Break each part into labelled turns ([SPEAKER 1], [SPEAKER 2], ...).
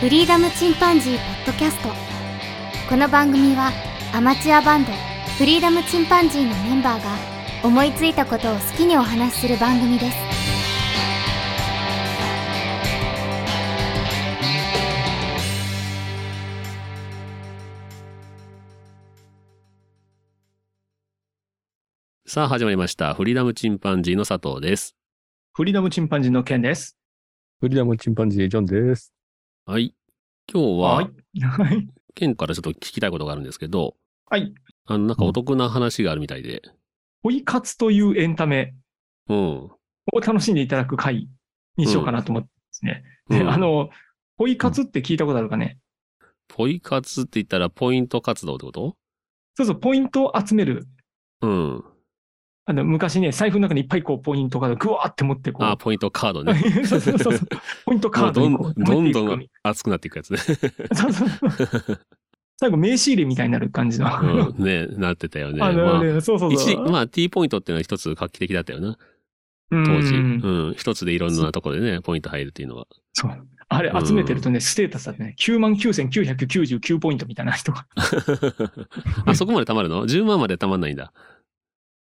[SPEAKER 1] フリーダムチンパンジーポッドキャストこの番組はアマチュアバンドフリーダムチンパンジーのメンバーが思いついたことを好きにお話しする番組です
[SPEAKER 2] さあ始まりました。フリーダムチンパンジーの佐藤です。
[SPEAKER 3] フリーダムチンパンジーの件です。
[SPEAKER 4] フリーダムチンパンジージョンです。
[SPEAKER 2] はい。今日は、
[SPEAKER 3] はい。はい。
[SPEAKER 2] ケンからちょっと聞きたいことがあるんですけど、
[SPEAKER 3] はい。
[SPEAKER 2] あの、なんかお得な話があるみたいで、
[SPEAKER 3] ポイ活というエンタメ
[SPEAKER 2] うん。
[SPEAKER 3] を楽しんでいただく回にしようかなと思ってですね。
[SPEAKER 2] うん
[SPEAKER 3] であの、ポイ活って聞いたことあるかね、
[SPEAKER 2] ポイ活って言ったらポイント活動ってこと
[SPEAKER 3] そうそう、ポイントを集める。
[SPEAKER 2] うん。
[SPEAKER 3] あの、昔ね、財布の中にいっぱいこう、ポイントがぐわーって持ってこう。
[SPEAKER 2] あ、ポイントカードね。
[SPEAKER 3] そうそうそうそう。ポイント カードに
[SPEAKER 2] も
[SPEAKER 3] こ
[SPEAKER 2] う
[SPEAKER 3] う
[SPEAKER 2] どんどん
[SPEAKER 3] 貯
[SPEAKER 2] ど
[SPEAKER 3] め
[SPEAKER 2] ん
[SPEAKER 3] てい
[SPEAKER 2] 熱くなっていくや つね。
[SPEAKER 3] くそうそうそう。最後、名刺入れみたいになる感じの。
[SPEAKER 2] うん、ね、なってたよね。ま
[SPEAKER 3] あの
[SPEAKER 2] あ、
[SPEAKER 3] ね、そうそう
[SPEAKER 2] 一
[SPEAKER 3] そ
[SPEAKER 2] 時、
[SPEAKER 3] う。
[SPEAKER 2] まあ、T ポイントっていうのは一つ画期的だったよな、
[SPEAKER 3] 当
[SPEAKER 2] 当時。うん。一つでいろんなとこでね、ポイント入るっていうのは。
[SPEAKER 3] そう。あれ集めてるとね、ステータスだってね、99,999ポイントみたいな人が。
[SPEAKER 2] あ、そこまで貯まるの ?10 万まで貯まんないんだ。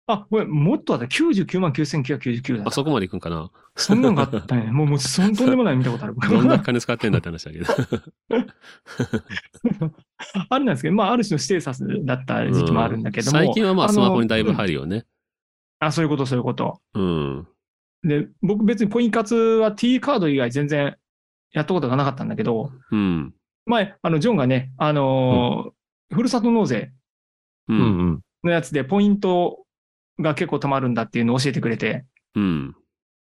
[SPEAKER 3] あ、これ、もっとあった。999,999だった。
[SPEAKER 2] あ、そこまでいくんかな
[SPEAKER 3] そんなんがあっ たね。もう、もう、そんとんでもないの見たことある。
[SPEAKER 2] どんな金使ってんだって話だけど。
[SPEAKER 3] あるなんですけど、まあ、ある種のステータスだった 時期もあるんだけども。
[SPEAKER 2] う最近はまあスマホにだいぶ
[SPEAKER 3] る。
[SPEAKER 2] 入るよね。
[SPEAKER 3] あ、そういうこと、そういうこと。
[SPEAKER 2] うん。
[SPEAKER 3] で、僕別にポイン活は T カード以外全然やったことがなかったんだけど、
[SPEAKER 2] うん。
[SPEAKER 3] 前、あの、ジョンがね、あのーふるさと納税
[SPEAKER 2] う。
[SPEAKER 4] うんん
[SPEAKER 3] のやつでポイントが結構貯まるんだっていうのを教えてくれて、
[SPEAKER 2] うん。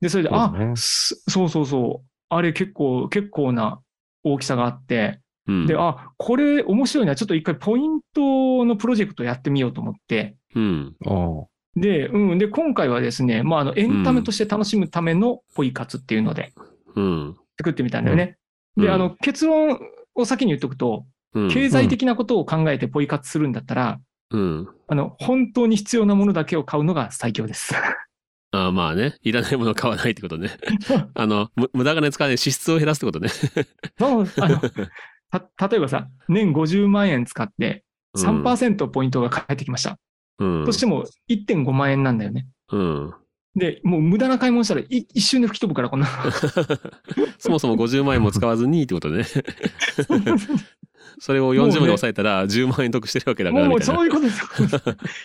[SPEAKER 3] で、それで、
[SPEAKER 4] そう
[SPEAKER 3] あ
[SPEAKER 4] ですね
[SPEAKER 3] すそうそうそう、あれ結構、結構な大きさがあって、
[SPEAKER 2] うん。
[SPEAKER 3] で、あこれ面白いな、ちょっと一回ポイントのプロジェクトやってみようと思って、
[SPEAKER 2] うん。
[SPEAKER 4] うん。あ
[SPEAKER 3] で、うん、で、今回はですね、まあ、あのエンタメとして楽しむためのポイ活っていうので
[SPEAKER 2] うん。
[SPEAKER 3] 作ってみたんだよね。
[SPEAKER 2] うん
[SPEAKER 3] で、
[SPEAKER 2] うん
[SPEAKER 3] あの、結論を先に言っとくと、
[SPEAKER 2] うん。
[SPEAKER 3] 経済的なことを考えてポイ活するんだったら、
[SPEAKER 2] うん。
[SPEAKER 3] あの、本当に必要なものだけを買うのが最強です。
[SPEAKER 2] あまあね、いらないもの買わないってこと ね。あの、む無駄金使わない支出を減らすってことね。
[SPEAKER 3] そう あのた例えばさ、年50万円使って、
[SPEAKER 2] うん
[SPEAKER 3] 3%ポイントが返ってきました。
[SPEAKER 2] うん。
[SPEAKER 3] としても1.5万円なんだよね。
[SPEAKER 2] うん。
[SPEAKER 3] で、もう無駄な買い物したらい一瞬で吹き飛 ぶから、こんな。
[SPEAKER 2] そもそも50万円も使わずにって ことね。それを40万で抑えたら10万円得してるわけだから
[SPEAKER 3] も
[SPEAKER 2] み
[SPEAKER 3] う
[SPEAKER 2] たい
[SPEAKER 3] そう
[SPEAKER 2] な。
[SPEAKER 3] いうことです。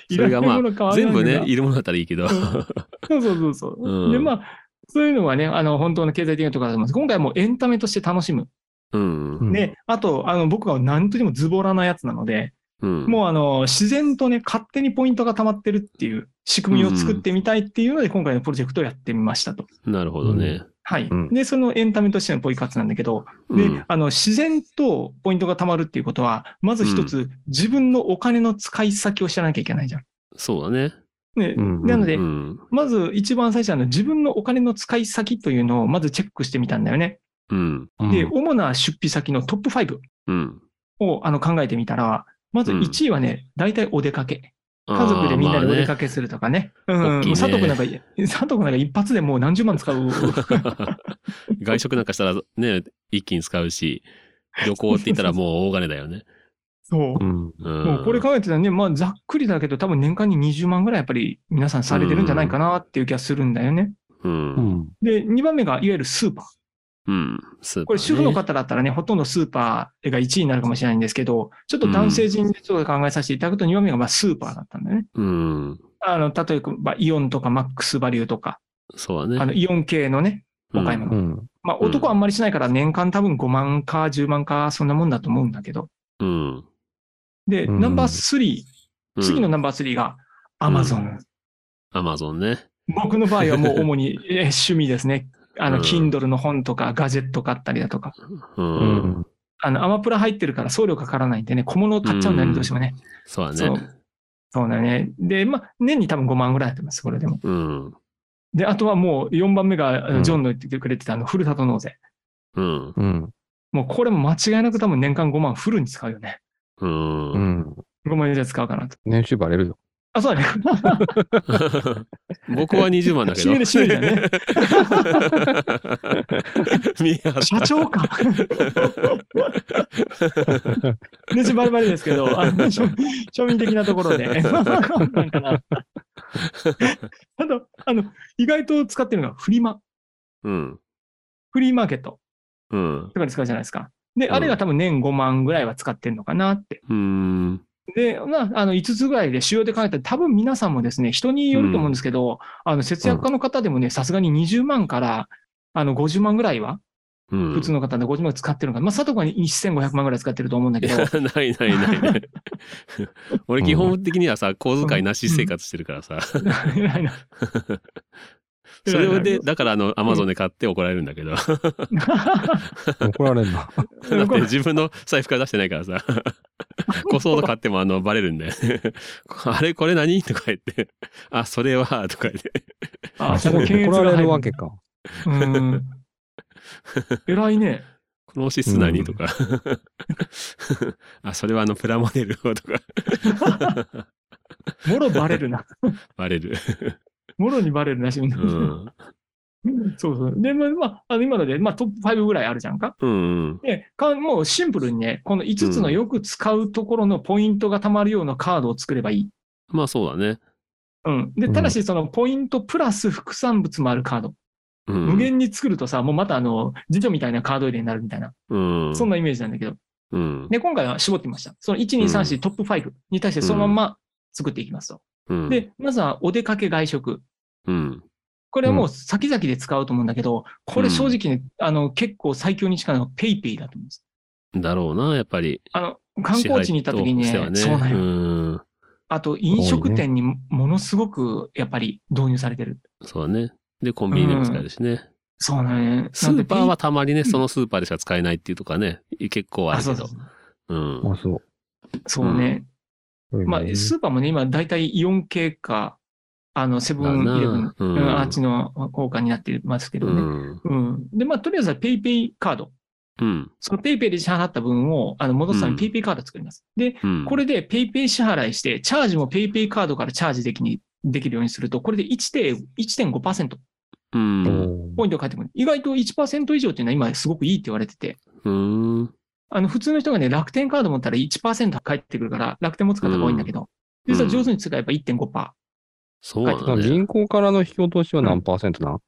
[SPEAKER 3] いら
[SPEAKER 2] れがまあ
[SPEAKER 3] ないもの買わない
[SPEAKER 2] 全
[SPEAKER 3] のが
[SPEAKER 2] 部ね、いるものだったらいいけど。
[SPEAKER 3] そうそうそうそう、
[SPEAKER 2] うん
[SPEAKER 3] で、まあ、そういうのがね、あの、本当の経済的なところだと思います。今回はもうエンタメとして楽しむ。
[SPEAKER 2] うん。
[SPEAKER 4] ん
[SPEAKER 3] で、あと、あの、僕が何とでもズボラなやつなので、
[SPEAKER 2] うん。
[SPEAKER 3] もうあの、自然とね、勝手にポイントが溜まってるっていう仕組みを作ってみたいっていうので、今回のプロジェクトをやってみましたと。
[SPEAKER 2] なるほどね。
[SPEAKER 3] はい、
[SPEAKER 4] うん
[SPEAKER 3] で、そのエンタメとしてのポイ活なんだけど、で、
[SPEAKER 2] うん
[SPEAKER 3] あの自然とポイントが貯まるっていうことは、まず一つ、自分のお金の使い先を知らなきゃいけないじゃん。
[SPEAKER 2] そうだね。
[SPEAKER 3] ね
[SPEAKER 4] うんうんうん
[SPEAKER 3] なので、
[SPEAKER 2] うん。
[SPEAKER 3] まず一番最初はあの自分のお金の使い先というのをまずチェックしてみたんだよね。
[SPEAKER 2] うん。
[SPEAKER 4] あ。
[SPEAKER 3] で、主な出費先のトップ5
[SPEAKER 2] うん。
[SPEAKER 3] をあの考えてみたら、まず1位はね、大体お出かけ。家族でみんなでお出かけするとかね。うん
[SPEAKER 2] 大きいね
[SPEAKER 3] 佐藤君なんか、佐藤君なんか一発でもう何十万使う。
[SPEAKER 2] 外食なんかしたらね、一気に使うし、旅行って言ったらもう大金だよね。
[SPEAKER 3] そう
[SPEAKER 4] う。ん。
[SPEAKER 2] うん、
[SPEAKER 3] もうこれ考えてたらね、まあ、ざっくりだけど、多分年間に20万ぐらいやっぱり皆さんされてるんじゃないかなっていう気がするんだよね。
[SPEAKER 2] うん。
[SPEAKER 4] う
[SPEAKER 2] うん。
[SPEAKER 4] ん。
[SPEAKER 3] で、2番目がいわゆるスーパー。
[SPEAKER 2] スーパー、ね。
[SPEAKER 3] これ主婦の方だったらね、ほとんどスーパーが1位になるかもしれないんですけど、ちょっと男性陣でちょっと考えさせていただくと、2番目がまあスーパーだったんだよね。
[SPEAKER 2] うん。
[SPEAKER 3] あの、例えばイオンとかマックスバリューとか、
[SPEAKER 2] そうだね。
[SPEAKER 3] あの、イオン系のね、お買い物
[SPEAKER 4] うん。
[SPEAKER 3] まあ男はあんまりしないから年間多分5万か10万かそんなもんだと思うんだけど。
[SPEAKER 2] うん。
[SPEAKER 3] で、
[SPEAKER 4] うん
[SPEAKER 3] ナンバー3、
[SPEAKER 2] うん。
[SPEAKER 3] 次のナンバー3がアマゾン。
[SPEAKER 2] アマゾンね。
[SPEAKER 3] 僕の場合はもう主にえー趣味ですね。あ
[SPEAKER 2] う
[SPEAKER 3] の、
[SPEAKER 2] ん
[SPEAKER 3] Kindle の本とかガジェット買ったりだとか。
[SPEAKER 2] うん。
[SPEAKER 4] うん。
[SPEAKER 3] あの、アマプラ入ってるから送料かからないんでね、小物を買っちゃうんだよ
[SPEAKER 2] うん
[SPEAKER 3] ね、どうしてもね。
[SPEAKER 2] そうだ
[SPEAKER 3] そ
[SPEAKER 2] ね
[SPEAKER 3] う。そうだね。で、まあ、年に多分5万ぐらいやってます、これでも。
[SPEAKER 2] うん。
[SPEAKER 3] で、あとはもう4番目が、あ
[SPEAKER 4] う
[SPEAKER 3] の
[SPEAKER 4] ん
[SPEAKER 3] ジョンの言ってくれてたあの、ふるさと納税。
[SPEAKER 2] うん。
[SPEAKER 4] うん。
[SPEAKER 3] もうこれも間違いなく多分年間5万フルに使うよね。
[SPEAKER 2] うん。
[SPEAKER 4] うん。
[SPEAKER 3] 5万円以上使うかなと。
[SPEAKER 4] 年収バレるよ。
[SPEAKER 3] あ、そうだね。
[SPEAKER 2] 僕は20万だけ
[SPEAKER 3] シ
[SPEAKER 2] ど
[SPEAKER 3] ール、。シールだね。
[SPEAKER 2] 見え張った
[SPEAKER 3] 社 長か。ね、ちバリバリですけど、あの庶庶民的なところ で。なんかなあと、あの、意外と使ってるのがフリマ、
[SPEAKER 2] うん。
[SPEAKER 3] フリーマーケット
[SPEAKER 2] うん。
[SPEAKER 3] とかで使うじゃないですか。で、
[SPEAKER 2] うん
[SPEAKER 3] あれが多分年5万ぐらいは使ってるのかなって。
[SPEAKER 2] うん。
[SPEAKER 3] で、まあ、あの、5つぐらいで主要で考えたら、多分皆さんもですね、人によると思うんですけど、あの、節約家の方でもね、さすがに20万から、あの、50万ぐらいは、
[SPEAKER 2] うん。
[SPEAKER 3] 普通の方で50万使ってるのか、まあ、佐藤君は1500万ぐらい使ってると思うんだ
[SPEAKER 2] い
[SPEAKER 3] け
[SPEAKER 2] や、
[SPEAKER 3] ど、
[SPEAKER 2] ないないないない。 俺、基本的にはさ、小遣いなし生活してるからさ。 それ で、だから、あの、アマゾンで買って怒られるんだ けど。だっ
[SPEAKER 4] 怒られんな。
[SPEAKER 2] て 自分の財布から出してないからさ。小僧と買っても、あの、バレるんだよね。 あれ、これ何とか言って。あ、それは、とか言って。
[SPEAKER 3] あ
[SPEAKER 4] そこ に怒られるわけ。か。
[SPEAKER 3] その検閲が入る うん。偉いね。
[SPEAKER 2] このシス何、
[SPEAKER 4] うん
[SPEAKER 2] とか。 あ、それは、あの、プラモデルをとか。
[SPEAKER 3] もろバレるな。
[SPEAKER 2] バレる。
[SPEAKER 3] もろにバレるなし、みんな
[SPEAKER 2] うん。
[SPEAKER 3] そうそう。で、まあまあ、あの今ので、まあ、トップ5ぐらいあるじゃんか。
[SPEAKER 2] うんうん。
[SPEAKER 3] で、かもうシンプルにね、この5つのよく使うところのポイントがたまるようなカードを作ればいい。
[SPEAKER 2] まあ、そうだね。
[SPEAKER 3] うん。で、ただし、そのポイントプラス副産物もあるカード。
[SPEAKER 2] うん。
[SPEAKER 3] 無限に作るとさ、もうまたあの、次女みたいなカード入れになるみたいな、
[SPEAKER 2] うん。
[SPEAKER 3] そんなイメージなんだけど。
[SPEAKER 2] うん。
[SPEAKER 3] で、今回は絞ってみました。その1、2、3、4、トップ5に対してそのまんま作っていきますと。
[SPEAKER 2] うん。
[SPEAKER 3] で、まずはお出かけ外食。
[SPEAKER 2] うん。
[SPEAKER 3] これはもう先々で使うと思うんだけど、これ正直ね、あの、結構最強に近いのはペイペイだと思うんです。
[SPEAKER 2] だろうな、やっぱり。
[SPEAKER 3] あの、観光地に行った時にね、
[SPEAKER 2] 支配として
[SPEAKER 3] そう
[SPEAKER 2] は
[SPEAKER 3] なん
[SPEAKER 2] ね。
[SPEAKER 3] よ。
[SPEAKER 2] うん。
[SPEAKER 3] あと、飲食店にものすごくやっぱり導入されてる。
[SPEAKER 2] そうだね。で、コンビニでも使えるしね。
[SPEAKER 3] そうなんよ。
[SPEAKER 2] スーパーは
[SPEAKER 3] なんで
[SPEAKER 2] たまにね、そのスーパーでしか使えないっていうとかね、結構
[SPEAKER 3] ペイ、
[SPEAKER 2] あ
[SPEAKER 3] あ、
[SPEAKER 2] る
[SPEAKER 3] そ
[SPEAKER 2] け
[SPEAKER 3] うそ
[SPEAKER 2] ど
[SPEAKER 3] う。
[SPEAKER 2] うん。
[SPEAKER 4] あ、そう
[SPEAKER 3] そうね。
[SPEAKER 4] うん。
[SPEAKER 3] まあ、スーパーもね、今大体イオン系か、あの、セブンイレブ
[SPEAKER 2] だ
[SPEAKER 3] ン
[SPEAKER 2] な、う
[SPEAKER 3] うんんあっちの効果になってますけ
[SPEAKER 2] う
[SPEAKER 3] どね。
[SPEAKER 2] ん。
[SPEAKER 3] うん。で、まあ、とりあえずはペイペイカード。
[SPEAKER 2] うん。
[SPEAKER 3] そのペイペイで支払った分を、あの、戻すため
[SPEAKER 2] うん
[SPEAKER 3] にペイペイカード作ります。で、
[SPEAKER 2] うん。
[SPEAKER 3] これでペイペイ支払いして、チャージもペイペイカードからチャージできに、できるようにすると、これで1.5 1.5%
[SPEAKER 2] う。
[SPEAKER 4] うんん
[SPEAKER 3] ポイントが返ってくる。意外と1%以上っていうのは今すごくいいって言われてて、
[SPEAKER 2] うん。
[SPEAKER 3] あの、普通の人がね、楽天カード持ったら1%返ってくるから、楽天持つ方が多いんだけど、
[SPEAKER 2] うん
[SPEAKER 3] 実は上手に使えば1.5%。
[SPEAKER 2] そう
[SPEAKER 4] だか
[SPEAKER 2] な
[SPEAKER 4] ら
[SPEAKER 2] んだね。
[SPEAKER 4] 銀行からの引き落としは何パーセントなん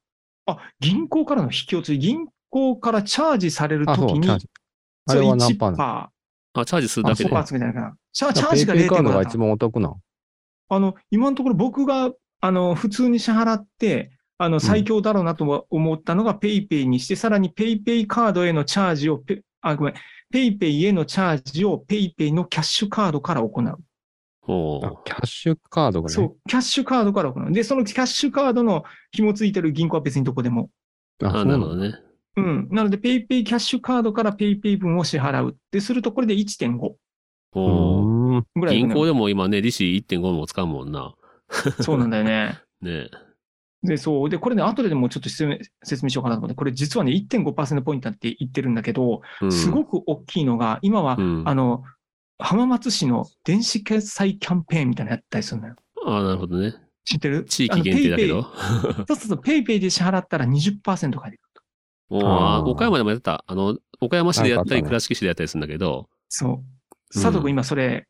[SPEAKER 3] あ、銀行からの引き落とし、銀行からチャージされると
[SPEAKER 4] あ、
[SPEAKER 3] き
[SPEAKER 4] そう、
[SPEAKER 3] に
[SPEAKER 4] チャー、ジ。あれは何パーセント
[SPEAKER 3] パ
[SPEAKER 2] あ、チャージする
[SPEAKER 3] ー、
[SPEAKER 2] だ
[SPEAKER 3] あ、
[SPEAKER 2] け
[SPEAKER 3] そ
[SPEAKER 2] で
[SPEAKER 3] う。か、みたいな。チャチャー
[SPEAKER 4] ペイ
[SPEAKER 3] ジが
[SPEAKER 4] ペイカード
[SPEAKER 3] 0.5%
[SPEAKER 4] が
[SPEAKER 3] だ
[SPEAKER 4] 一番お得なん。
[SPEAKER 3] あの、今のところ僕が、あの、普通に支払って、あの、最強だろうなとは思ったのが PayPay ペイペイにして、さらに PayPay ペイペイカードへのチャージをペ、あ、ごめん、PayPay ペイペイへのチャージを PayPay ペイペイのキャッシュカードから行う。
[SPEAKER 2] お
[SPEAKER 4] あ
[SPEAKER 2] う
[SPEAKER 4] キャッシュカードが
[SPEAKER 3] そ
[SPEAKER 4] ね。
[SPEAKER 3] う、キャッシュカードから行う。で、そのキャッシュカードの紐付いてる銀行は別にどこでも。
[SPEAKER 4] あ、そ
[SPEAKER 2] あ、
[SPEAKER 4] うな
[SPEAKER 2] なるほど
[SPEAKER 4] の。
[SPEAKER 2] ね。
[SPEAKER 3] うん。なので、PayPay ペイペイキャッシュカードから PayPay ペイペイ分を支払う。で、するとこれで1.5
[SPEAKER 2] おう
[SPEAKER 4] うーん
[SPEAKER 3] ぐらい
[SPEAKER 2] 銀
[SPEAKER 3] 行くの
[SPEAKER 2] 行
[SPEAKER 3] よ。
[SPEAKER 2] でも今ね、利子1.5も使うもんな。
[SPEAKER 3] そうなんだよね。
[SPEAKER 2] ね。
[SPEAKER 3] で、そう。で、これね、後ででもちょっと説明説明しようかなと思って、これ実はね、1.5%ポイントって言ってるんだけど、
[SPEAKER 2] うん
[SPEAKER 3] すごく大きいのが、今は、
[SPEAKER 2] うん
[SPEAKER 3] あの、浜松市の電子決済キャンペーンみたいなのやったりするのよ。
[SPEAKER 2] あ、なるほどね。
[SPEAKER 3] 知ってる
[SPEAKER 2] 地域限定だけ。
[SPEAKER 3] あの
[SPEAKER 2] ど。
[SPEAKER 3] ペイペイそうそうそう、ペイペイで支払ったら20%返ってくる。
[SPEAKER 2] おう
[SPEAKER 4] あ
[SPEAKER 2] あ
[SPEAKER 4] ー
[SPEAKER 2] 岡山でもやってた。あの、岡山市でやった
[SPEAKER 4] なんかあっ
[SPEAKER 2] り、
[SPEAKER 4] たね
[SPEAKER 2] 倉敷市でやったりするんだけど。
[SPEAKER 3] そう。佐藤
[SPEAKER 2] うん
[SPEAKER 3] 君今それ、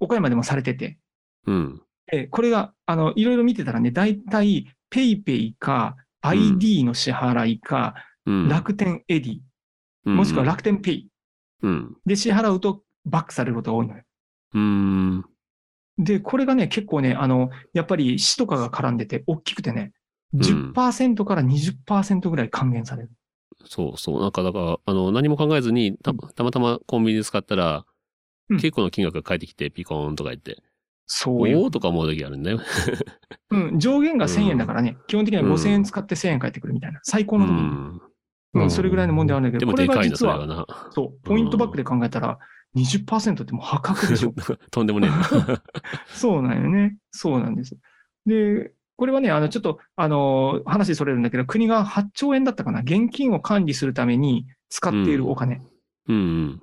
[SPEAKER 3] 岡山でもされてて。
[SPEAKER 2] うん。
[SPEAKER 3] で、これが、あの、いろいろ見てたらね、大体、ペイペイか、
[SPEAKER 2] ん
[SPEAKER 3] ID の支払いか、
[SPEAKER 2] うん。
[SPEAKER 3] 楽天エディ、
[SPEAKER 2] うん
[SPEAKER 3] もしくは楽天ペイ
[SPEAKER 2] うん。
[SPEAKER 3] で支払うとバックされることが多いのよ。
[SPEAKER 2] うん。
[SPEAKER 3] で、これがね、結構ね、あの、やっぱり市とかが絡んでて、大きくてね、
[SPEAKER 2] ん
[SPEAKER 3] 10%から20%ぐらい還元される。
[SPEAKER 2] そうそう。なんか、だから、あの、何も考えずに、たたまたまコンビニで使ったら、
[SPEAKER 3] うん
[SPEAKER 2] 結構の金額が返ってきて、ピコーンとか言って、
[SPEAKER 3] そ
[SPEAKER 2] お
[SPEAKER 3] うよ。
[SPEAKER 2] おーとか思う時あるんだよ。
[SPEAKER 3] うん、上限が1000円だからね、基本的には
[SPEAKER 2] うん
[SPEAKER 3] 5000円使って1000円返ってくるみたいな、最高
[SPEAKER 2] う
[SPEAKER 3] の時に、
[SPEAKER 2] ん。
[SPEAKER 3] うんそれぐらいの問題はあるんだけ
[SPEAKER 2] で
[SPEAKER 3] ど、
[SPEAKER 2] も
[SPEAKER 3] これ
[SPEAKER 2] で
[SPEAKER 3] が
[SPEAKER 2] かいな、
[SPEAKER 3] 実
[SPEAKER 2] それは
[SPEAKER 3] は、
[SPEAKER 2] な。
[SPEAKER 3] そう、ポイントバックで考えたら20%ってもう破格で しょ。
[SPEAKER 2] とんでもね
[SPEAKER 3] そうなんよね。そうなんです。で、これはね、あの、ちょっと、あの、話それるんだけど、国が8兆円だったかな、現金を管理するために使っているお金。
[SPEAKER 2] えな。うん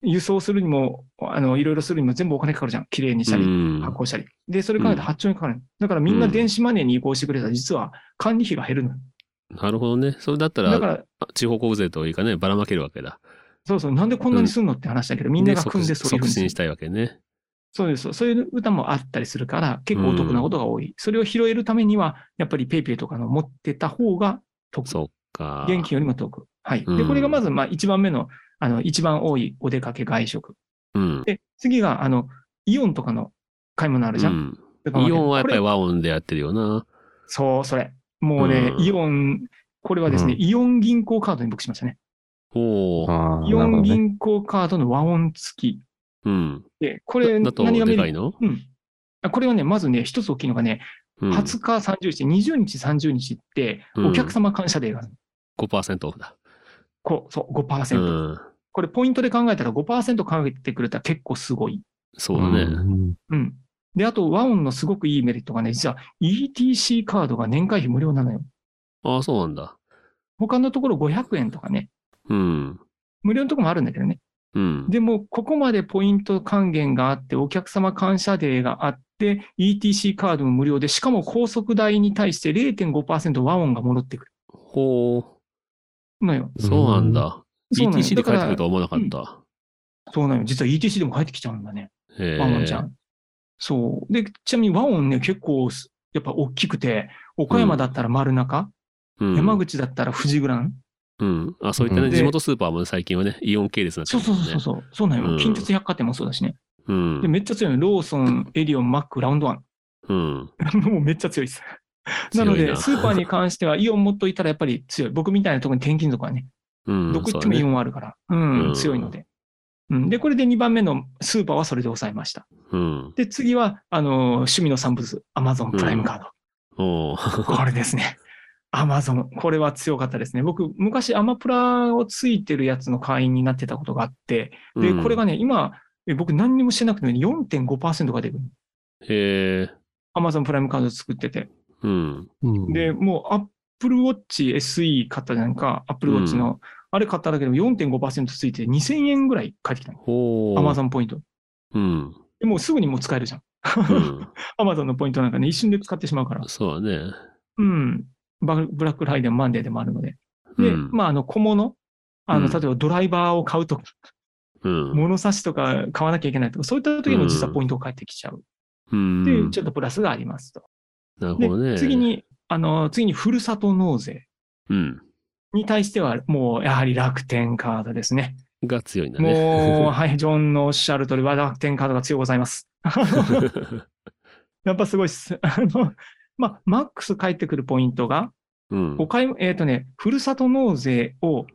[SPEAKER 3] 輸送するにも、あの、いろいろするにも全部お金かかるじゃん。綺麗にした
[SPEAKER 2] う
[SPEAKER 3] り、
[SPEAKER 2] ん
[SPEAKER 3] 発行したり。で、それ考え
[SPEAKER 2] うん
[SPEAKER 3] て8兆円かかる。だからみんな電子マネーに移行してくれたら、実は管理費が減るの。
[SPEAKER 2] なるほどね。それだった
[SPEAKER 3] だ
[SPEAKER 2] ら、
[SPEAKER 3] から、
[SPEAKER 2] 地方交付税というかね、ばらまけるわけだ。
[SPEAKER 3] そうそう、なんでこんなにすんのって話だけど、みんなが組んでそういうふ
[SPEAKER 2] 促
[SPEAKER 3] うに
[SPEAKER 2] 進したいわけね。
[SPEAKER 3] そうです。そういう歌もあったりするから、結構お得なことが多い。それを拾えるためには、やっぱり PayPay とかの持ってた方が得。
[SPEAKER 2] そっか。
[SPEAKER 3] 現金よりも得。はい。
[SPEAKER 2] う
[SPEAKER 3] で、
[SPEAKER 2] ん
[SPEAKER 3] これがまず、まあ、一番目の、あの、一番多いお出かけ外食。
[SPEAKER 2] うん。
[SPEAKER 3] で、次が、あの、イオンとかの買い物あるじゃん。スーパー
[SPEAKER 2] うんイ
[SPEAKER 3] マーケッ
[SPEAKER 2] オ
[SPEAKER 3] ト
[SPEAKER 2] ンはやっぱり
[SPEAKER 3] これ
[SPEAKER 2] 和音でやってるよな。
[SPEAKER 3] そう、それ。もうね、
[SPEAKER 2] うん
[SPEAKER 3] イオン、これはですね、
[SPEAKER 4] うん
[SPEAKER 3] イオン銀行カードに僕しましたね。
[SPEAKER 2] おお。
[SPEAKER 4] ああ、
[SPEAKER 3] イ
[SPEAKER 4] な
[SPEAKER 3] オ
[SPEAKER 4] るほ
[SPEAKER 3] ン
[SPEAKER 4] どね。
[SPEAKER 3] 銀行カードの和音付き。
[SPEAKER 2] うん。
[SPEAKER 3] で、これ、
[SPEAKER 2] だと、
[SPEAKER 3] 何が
[SPEAKER 2] で
[SPEAKER 3] メリ
[SPEAKER 2] か
[SPEAKER 3] ッ
[SPEAKER 2] い
[SPEAKER 3] ト
[SPEAKER 2] の
[SPEAKER 3] うん。あこれはね、まずね、一つ大きいのがね、
[SPEAKER 2] うん。
[SPEAKER 3] 20日、30日、20日、30日って、
[SPEAKER 2] うん
[SPEAKER 3] お客様感謝デーがある。
[SPEAKER 2] 5%オフだ。
[SPEAKER 3] こうそう、
[SPEAKER 2] う
[SPEAKER 3] 5%。
[SPEAKER 2] ん。
[SPEAKER 3] これ、ポイントで考えたら5%かけてくれたら結構すごい。
[SPEAKER 2] そうだね。
[SPEAKER 4] ね。
[SPEAKER 3] うん。で、あと、和音のすごくいいメリットがね、実は ETC カードが年会費無料なのよ。
[SPEAKER 2] ああ、そうなんだ。
[SPEAKER 3] 他のところ500円とかね、
[SPEAKER 2] うん。
[SPEAKER 3] 無料のところもあるんだけどね。
[SPEAKER 2] うん。
[SPEAKER 3] でも、ここまでポイント還元があって、お客様感謝デーがあって、ETC カードも無料で、しかも高速代に対して0.5%和音が戻ってくる
[SPEAKER 2] ほ
[SPEAKER 3] のよ。
[SPEAKER 2] う。そうなんだ。
[SPEAKER 3] そうなの
[SPEAKER 2] ETC で
[SPEAKER 3] だか
[SPEAKER 2] 帰って
[SPEAKER 3] ら
[SPEAKER 2] くるとは思わなかった。
[SPEAKER 3] そうなのよ。実は ETC でも返ってきちゃうんだね。
[SPEAKER 2] え
[SPEAKER 3] 和音ちゃん。そう。で、ちなみに和音ね、結構す、やっぱ大きくて、岡山だったら丸中、
[SPEAKER 2] うん
[SPEAKER 3] 山口だったら富士グラン。
[SPEAKER 2] うん。あ、そういった
[SPEAKER 4] う
[SPEAKER 2] ね、
[SPEAKER 4] ん
[SPEAKER 2] 地元スーパーもね最近はね、イオン系列になって
[SPEAKER 3] そう
[SPEAKER 2] ます
[SPEAKER 3] そ
[SPEAKER 2] ね。
[SPEAKER 3] うそうそう。そうなの
[SPEAKER 2] う
[SPEAKER 3] よ。
[SPEAKER 2] ん
[SPEAKER 3] 近鉄百貨店もそうだしね。
[SPEAKER 2] う。ん
[SPEAKER 3] で、。めっちゃ強いの。ローソン、エリオン、マック、ラウンドワン。
[SPEAKER 2] うん。
[SPEAKER 3] もうめっちゃ 強いです。な
[SPEAKER 2] 強いな
[SPEAKER 3] ので、スーパーに関しては、イオン持っといたらやっぱり強い。僕みたいなとこに転勤族はね、
[SPEAKER 2] うん。
[SPEAKER 3] どこ行ってもイ
[SPEAKER 2] そうだ
[SPEAKER 3] オ
[SPEAKER 2] ね
[SPEAKER 3] ンあるから、うん、
[SPEAKER 2] うん
[SPEAKER 3] 強いので。うん、で、これで2番目のスーパーはそれで抑えました。
[SPEAKER 2] うん。
[SPEAKER 3] で、次は、あのー、趣味の産物、アマゾンプライムカード。
[SPEAKER 2] お ー
[SPEAKER 3] これですね。アマゾン。これは強かったですね。僕、昔アマプラをついてるやつの会員になってたことがあって、で、
[SPEAKER 2] うん
[SPEAKER 3] これがね、今、え僕何にもしてなくても4.5%が出る。
[SPEAKER 2] へえ。
[SPEAKER 3] アマゾンプライムカード作ってて。
[SPEAKER 2] うん。
[SPEAKER 4] うん
[SPEAKER 3] で、もう Apple Watch SE 買ったじゃないか、Apple Watch の、あれ買っただけでも4.5%ついて2000円ぐらい返ってきたの。
[SPEAKER 2] ほう。
[SPEAKER 3] アマゾンポイント。
[SPEAKER 2] うん。
[SPEAKER 3] でもうすぐにもう使えるじゃん。
[SPEAKER 2] うん。
[SPEAKER 3] アマゾンのポイントなんかね、一瞬で使ってしまうから。
[SPEAKER 2] そうだね。
[SPEAKER 3] うん。バブラックフライデーもマンデーでもあるので。
[SPEAKER 2] う
[SPEAKER 3] で、
[SPEAKER 2] ん
[SPEAKER 3] まあ、あの、小物。あ
[SPEAKER 2] う
[SPEAKER 3] の、
[SPEAKER 2] ん
[SPEAKER 3] 例えばドライバーを買うとか、
[SPEAKER 2] うん。
[SPEAKER 3] 物差しとか買わなきゃいけないとか、そういった時にも実はポイントを返ってきちゃう
[SPEAKER 2] うん。
[SPEAKER 3] っていう、ちょっとプラスがありますと。
[SPEAKER 2] なるほど
[SPEAKER 3] で、
[SPEAKER 2] ね。
[SPEAKER 3] 次。に、あの、次にふるさと納税
[SPEAKER 2] うん。
[SPEAKER 3] に対しては、もう、やはり楽天カードですね。
[SPEAKER 2] が強いんだね。
[SPEAKER 3] もう、はい、ジョンのおっしゃる通り、楽天カードが強うございます。やっぱすごいっす。 あの、まあ、マックス返ってくるポイントが、
[SPEAKER 2] うん。
[SPEAKER 3] お買い、えっ、とね、ふるさと納税を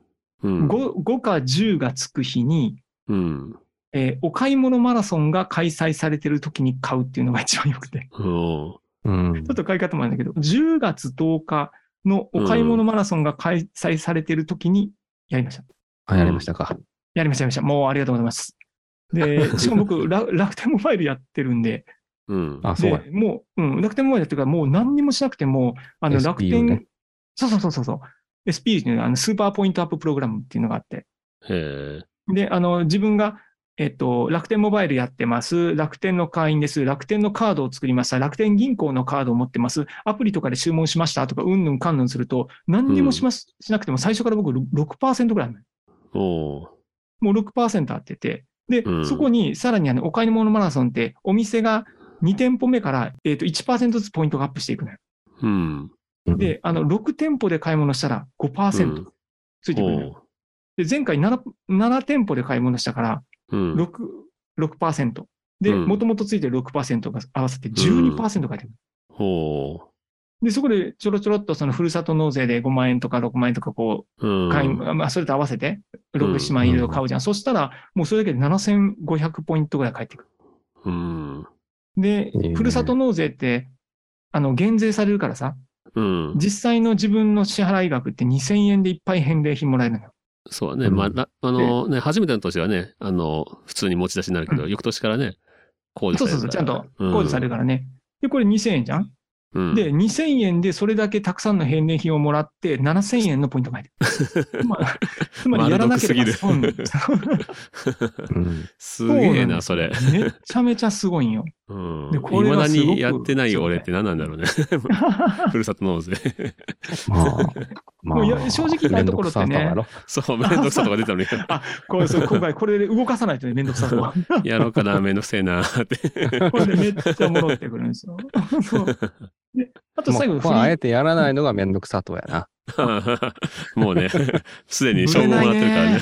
[SPEAKER 2] うん。
[SPEAKER 3] 5, 5か10がつく日に、
[SPEAKER 2] うん。
[SPEAKER 3] えーお買い物マラソンが開催されてる時に買うっていうのが一番良くて。
[SPEAKER 2] おー
[SPEAKER 4] うん
[SPEAKER 3] ちょっと買い方もあるんだけど、10月10日のお買い物マラソンが開催されてる時にやりました。
[SPEAKER 4] あ、やりましたか。
[SPEAKER 3] やりました、やりました。もうありがとうございます。で、 しかも僕、ら楽天モバイルやってるんで、
[SPEAKER 2] うん。
[SPEAKER 4] あ、そう
[SPEAKER 3] で
[SPEAKER 4] や。
[SPEAKER 3] もう、うん、楽天モバイルやってるから、もう何にもしなくても、あの
[SPEAKER 4] SPU
[SPEAKER 3] 楽天、
[SPEAKER 4] ね
[SPEAKER 3] そうそうそうそうそう、SP っていうのはあのスーパーポイントアッププログラムっていうのがあって、
[SPEAKER 2] へえ。
[SPEAKER 3] で、あの、自分が、えっと、楽天モバイルやってます。楽天の会員です。楽天のカードを作りました。楽天銀行のカードを持ってます。アプリとかで注文しましたとか、うんぬんかんぬんすると、何にもします、しなくても最初から僕6%ぐらいあるのよ
[SPEAKER 2] おー
[SPEAKER 3] もう6%あってて。で、
[SPEAKER 2] うん
[SPEAKER 3] そこにさらにあの、お買い物マラソンって、お店が2店舗目から、えっと、1%ずつポイントがアップしていくのよ。
[SPEAKER 2] うん。
[SPEAKER 3] で、あの、6店舗で買い物したら5%ついてくるのよ。
[SPEAKER 2] おー
[SPEAKER 3] で、前回 7, 7店舗で買い物したから、
[SPEAKER 2] うん。
[SPEAKER 3] 6 6%。で、
[SPEAKER 2] うん
[SPEAKER 3] もともとついてる6%が合わせて12%が入ってくる。
[SPEAKER 2] おー
[SPEAKER 3] で、そこでちょろちょろっとそのふるさと納税で5万円とか6万円とかこ
[SPEAKER 2] うん
[SPEAKER 3] う、買い、まあ、それと合わせて6、7万円いろいろ買うじゃん。そしたら、もうそれだけで7500ポイントぐらい返ってくる。
[SPEAKER 2] うん。
[SPEAKER 3] で
[SPEAKER 4] いいね、
[SPEAKER 3] ふるさと納税って、あの、減税されるからさ、
[SPEAKER 2] うん。
[SPEAKER 3] 実際の自分の支払い額って2000円でいっぱい返礼品もらえるのよ。
[SPEAKER 2] そうだね。
[SPEAKER 4] うん
[SPEAKER 2] まあ、らあのね、初めての年はね、あの、普通に持ち出しになるけど、
[SPEAKER 3] う
[SPEAKER 2] 翌年からね、控除さ
[SPEAKER 3] そう
[SPEAKER 2] れ
[SPEAKER 3] そう
[SPEAKER 2] る
[SPEAKER 3] そう、ち
[SPEAKER 2] か
[SPEAKER 3] ゃん
[SPEAKER 2] ら
[SPEAKER 3] と控除されるからね。で、これ2000円じゃん
[SPEAKER 2] うん。
[SPEAKER 3] で、2000円でそれだけたくさんの返礼品をもらって、7000円のポイントが入 る。まあ、つまりやらなければ損。
[SPEAKER 2] 丸
[SPEAKER 3] め
[SPEAKER 2] 得
[SPEAKER 4] うん。
[SPEAKER 2] すげえ
[SPEAKER 3] そうなんで
[SPEAKER 2] な、それ。
[SPEAKER 3] ちゃめちゃすごいんよ。
[SPEAKER 2] うん。
[SPEAKER 3] でこ
[SPEAKER 2] い
[SPEAKER 3] れ
[SPEAKER 2] まだ
[SPEAKER 3] はすごく
[SPEAKER 2] にやってない俺って何なんだろうね。 ふるさと納税。
[SPEAKER 4] ま あ、ま
[SPEAKER 3] い
[SPEAKER 4] あ、
[SPEAKER 3] や正直なところってね
[SPEAKER 4] めんどくささ
[SPEAKER 2] そ
[SPEAKER 4] やろ
[SPEAKER 2] う、めんどくさとか出たの に。
[SPEAKER 3] これ そう今回これで動かさないとね、めんどくさそう
[SPEAKER 2] やろうかな、めんどくせえな、って。
[SPEAKER 3] これでめっちゃ戻ってくるんですよ。そうであと最後
[SPEAKER 4] もう
[SPEAKER 3] フ
[SPEAKER 4] こ
[SPEAKER 3] リ
[SPEAKER 4] れあえ
[SPEAKER 3] ー、
[SPEAKER 4] てやらないのがめんどくさとや な。
[SPEAKER 2] もうね、 すでに称号もらっ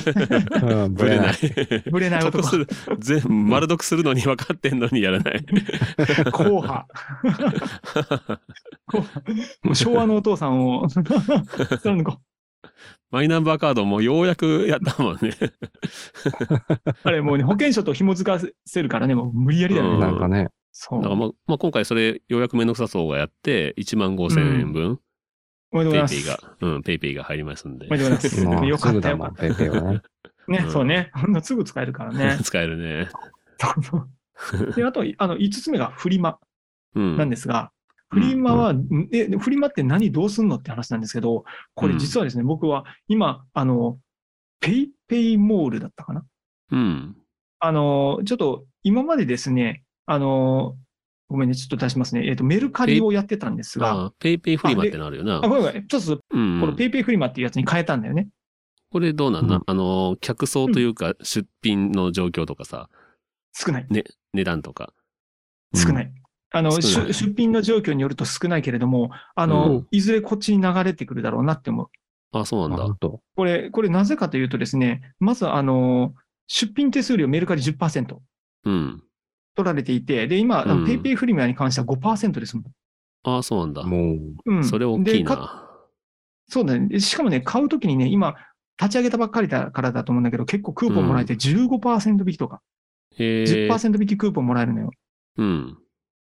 [SPEAKER 2] てるからね。
[SPEAKER 4] うん、
[SPEAKER 2] ぶれない。。
[SPEAKER 3] ぶ れない
[SPEAKER 2] 得
[SPEAKER 3] 男
[SPEAKER 2] す、る。全部丸得するのに分かってんのにやらない。
[SPEAKER 3] 硬派。硬派もう昭和のお父さ んを、なんか
[SPEAKER 2] マイナンバーカードもようやくやったもん ね。
[SPEAKER 3] あれもうね、保険証と紐付かせるからね、もう無理やりだよ
[SPEAKER 2] う
[SPEAKER 3] ね。
[SPEAKER 4] なんかね、
[SPEAKER 3] そ
[SPEAKER 2] だから
[SPEAKER 3] う。
[SPEAKER 2] まあ、まあ、今回それ、ようやくめんどくさそうがやって、1万5千円分、
[SPEAKER 3] おめでとうござ
[SPEAKER 2] ペイペイ
[SPEAKER 3] います。
[SPEAKER 2] が、うん、ペイペイが入りますんで
[SPEAKER 3] お。めでとうござい ま
[SPEAKER 4] も
[SPEAKER 3] す。よ
[SPEAKER 4] う
[SPEAKER 3] か
[SPEAKER 4] す
[SPEAKER 3] っ
[SPEAKER 4] ぐ
[SPEAKER 3] た
[SPEAKER 4] だ
[SPEAKER 3] よか
[SPEAKER 4] も
[SPEAKER 3] っ
[SPEAKER 4] ん、ペイペイはね。
[SPEAKER 3] た。ね
[SPEAKER 2] う、ん
[SPEAKER 3] そうね。 ほんのすぐ使えるからね
[SPEAKER 2] 。使えるね。
[SPEAKER 3] そうそうで、あと、あの、5つ目がフリマ
[SPEAKER 2] うん。
[SPEAKER 3] なんですが、フリマは、えフリマって何どうすんのって話なんですけど、これ実はですね、僕は今、あの、ペイペイモールだったかな
[SPEAKER 2] うん。
[SPEAKER 3] あの、ちょっと今までですね、あの、ごめんね、ちょっと出しますね。えっ、と、メルカリをやってたんですが、
[SPEAKER 2] ああ、ペイペイフリマってのあるよな
[SPEAKER 3] あ、。ごめんごめん、ちょっと
[SPEAKER 2] うん
[SPEAKER 3] このペイペイフリマっていうやつに変えたんだよね。
[SPEAKER 2] これどうなんだ、
[SPEAKER 4] うん
[SPEAKER 2] あの、客層というか、出品の状況とかさ、
[SPEAKER 3] 少ない。
[SPEAKER 2] 値段とか。
[SPEAKER 3] 少ない。あの、
[SPEAKER 2] 少ない
[SPEAKER 3] 出出品の状況によると少ないけれども、あ
[SPEAKER 2] う
[SPEAKER 3] の、
[SPEAKER 4] ん
[SPEAKER 3] いずれこっちに流れてくるだろうなって思う。
[SPEAKER 2] あ、そうなんだ。
[SPEAKER 4] あと、
[SPEAKER 3] これ、これなぜかというとですね、まずあの、出品手数料メルカリ10%取
[SPEAKER 2] うん。
[SPEAKER 3] られていて、で、今、あ
[SPEAKER 2] うん
[SPEAKER 3] のペイペイフリマに関しては5%ですもん。
[SPEAKER 2] あ、そうなんだ。
[SPEAKER 4] もう、。
[SPEAKER 3] うん。
[SPEAKER 2] それ大きい
[SPEAKER 3] でか
[SPEAKER 2] な。
[SPEAKER 3] そうだね。でしかもね、買うときにね、今、立ち上げたばっかりだからだと思うんだけど、結構クーポンもらえて15%引きとか、
[SPEAKER 2] へえ。
[SPEAKER 3] 10%引きクーポンもらえるのよ。
[SPEAKER 2] うん。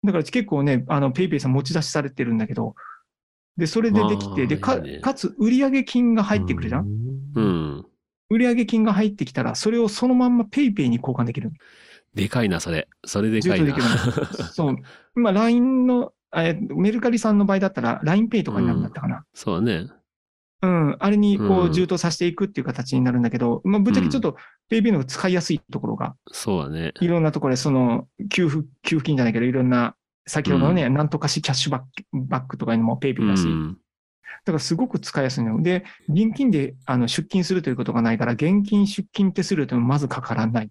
[SPEAKER 3] だから結構ね、あの、ペイペイさん持ち出しされてるんだけど、で、それででき
[SPEAKER 2] あー
[SPEAKER 3] て、で、か
[SPEAKER 2] いいね、
[SPEAKER 3] かつ売上金が入ってくるじゃん。
[SPEAKER 2] うんん。
[SPEAKER 3] 売上金が入ってきたら、それをそのまんまペイペイに交換できる。
[SPEAKER 2] でかいな、それ。それで
[SPEAKER 3] 充
[SPEAKER 2] かい
[SPEAKER 3] 当で
[SPEAKER 2] な
[SPEAKER 3] き。るの。そう。今、LINE の、えメルカリさんの場合だったら、LINE ペイとかになるんだったかな。
[SPEAKER 2] そうだね。
[SPEAKER 3] うん、あれにこ
[SPEAKER 2] うん
[SPEAKER 3] う、充当させていくっていう形になるんだけど、まあ、ぶっちゃけちょっと、ペイペイの方が使いやすいところが、
[SPEAKER 2] そうだね。
[SPEAKER 3] いろんなところで、その、給付、給付金じゃないけど、いろんな、先ほどのね、なんとかしキャッシュバックバックとかにもペイペ
[SPEAKER 2] う
[SPEAKER 3] イだし、
[SPEAKER 2] ん。
[SPEAKER 3] だからすごく使いやすいのよで、現金であの出勤するということがないから、現金出勤手数料というのはまずかからない。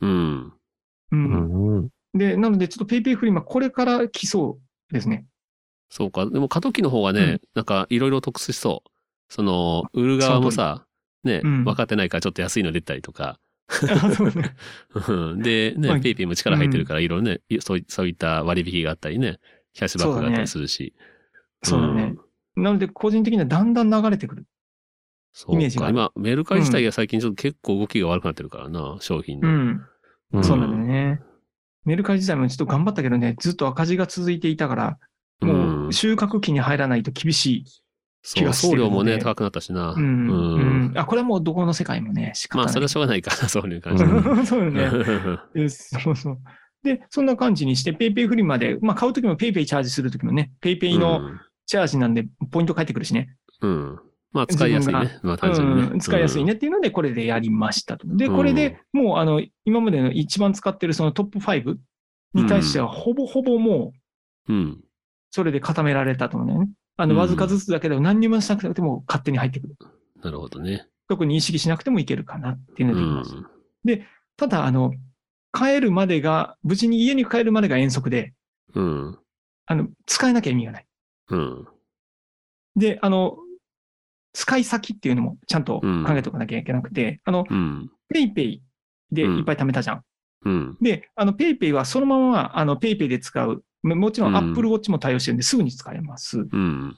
[SPEAKER 2] うん。
[SPEAKER 3] う。
[SPEAKER 4] うんん。
[SPEAKER 3] で、なので、ちょっとペイペイフリマ、これから来そうですね。
[SPEAKER 2] そうか。でも、過渡期の方がね、
[SPEAKER 3] うん
[SPEAKER 2] なんか、いろいろ得しそう。その、売る側もさ、ね、
[SPEAKER 3] うん
[SPEAKER 2] 分かってないからちょっと安いの出たりとか。
[SPEAKER 3] あそうね
[SPEAKER 2] うんで、ね、
[SPEAKER 3] まあ
[SPEAKER 2] ペイペイも力入ってるから、いろいろね、そういそういった割引があったりね、キャッシュバックがあったりするし。
[SPEAKER 3] そうだね。なので、個人的にはだんだん流れてくる。
[SPEAKER 2] そう
[SPEAKER 3] イメージ
[SPEAKER 2] か。
[SPEAKER 3] が
[SPEAKER 2] 今、メルカリ自体が最近ちょっと結構動きが悪くなってるからな、商品
[SPEAKER 3] う
[SPEAKER 2] の。
[SPEAKER 3] ん。
[SPEAKER 4] うん
[SPEAKER 3] そうなんだよね。メルカリ自体もちょっと頑張ったけどね、ずっと赤字が続いていたから、
[SPEAKER 2] う
[SPEAKER 3] もうん収穫期に入らないと厳しい。
[SPEAKER 2] そう、
[SPEAKER 3] がして
[SPEAKER 2] 送
[SPEAKER 3] るので
[SPEAKER 2] 料もね、高くなったしな。
[SPEAKER 3] うん。
[SPEAKER 2] う
[SPEAKER 3] うんん。あ、これはもうどこの世界もね、仕方
[SPEAKER 2] ま
[SPEAKER 3] ない。
[SPEAKER 2] あ、それはしょうがない か、そういう感
[SPEAKER 4] う
[SPEAKER 2] じ。
[SPEAKER 4] ん
[SPEAKER 3] そうよね。
[SPEAKER 2] う
[SPEAKER 3] でそうそう。で、そんな感じにして、ペイペイフリマで、まあ買うときもペイペイチャージするときもね、ペイペイの
[SPEAKER 2] ん
[SPEAKER 3] チャージなんで、ポイント返ってくるしね。
[SPEAKER 2] うん。まあ、使いやすいね。まあ、単純にね
[SPEAKER 3] うん、使いやすいねっていうので、これでやりましたと。で、これでもう、あの、今までの一番使ってるそのトップ5に対しては、ほぼほぼもう、
[SPEAKER 2] うん。うん。
[SPEAKER 3] それで固められたと思うんだよね。あ
[SPEAKER 2] う
[SPEAKER 3] の、
[SPEAKER 2] ん
[SPEAKER 3] わずかずつだけど、何にもしなくても勝手に入ってくる。
[SPEAKER 2] なるほどね。
[SPEAKER 3] 特に意識しなくてもいけるかなっていう
[SPEAKER 2] う
[SPEAKER 3] のでできました。
[SPEAKER 2] ん。
[SPEAKER 3] ただ、あの、帰るまでが、無事に家に帰るまでが遠足で、
[SPEAKER 2] うん。
[SPEAKER 3] あの、使えなきゃ意味がない。
[SPEAKER 2] うん。
[SPEAKER 3] で、あの、使い先っていうのもちゃんと考えておかなきゃいけなくて、あの、
[SPEAKER 2] うん。
[SPEAKER 3] ペイペイでいっぱい貯めたじゃん。
[SPEAKER 2] うん。
[SPEAKER 3] で、あの、ペイペイはそのまま、あの、ペイペイで使う。ももちろ
[SPEAKER 2] うん
[SPEAKER 3] ん Apple Watch も対応してるんで、すぐに使えます。
[SPEAKER 2] うん。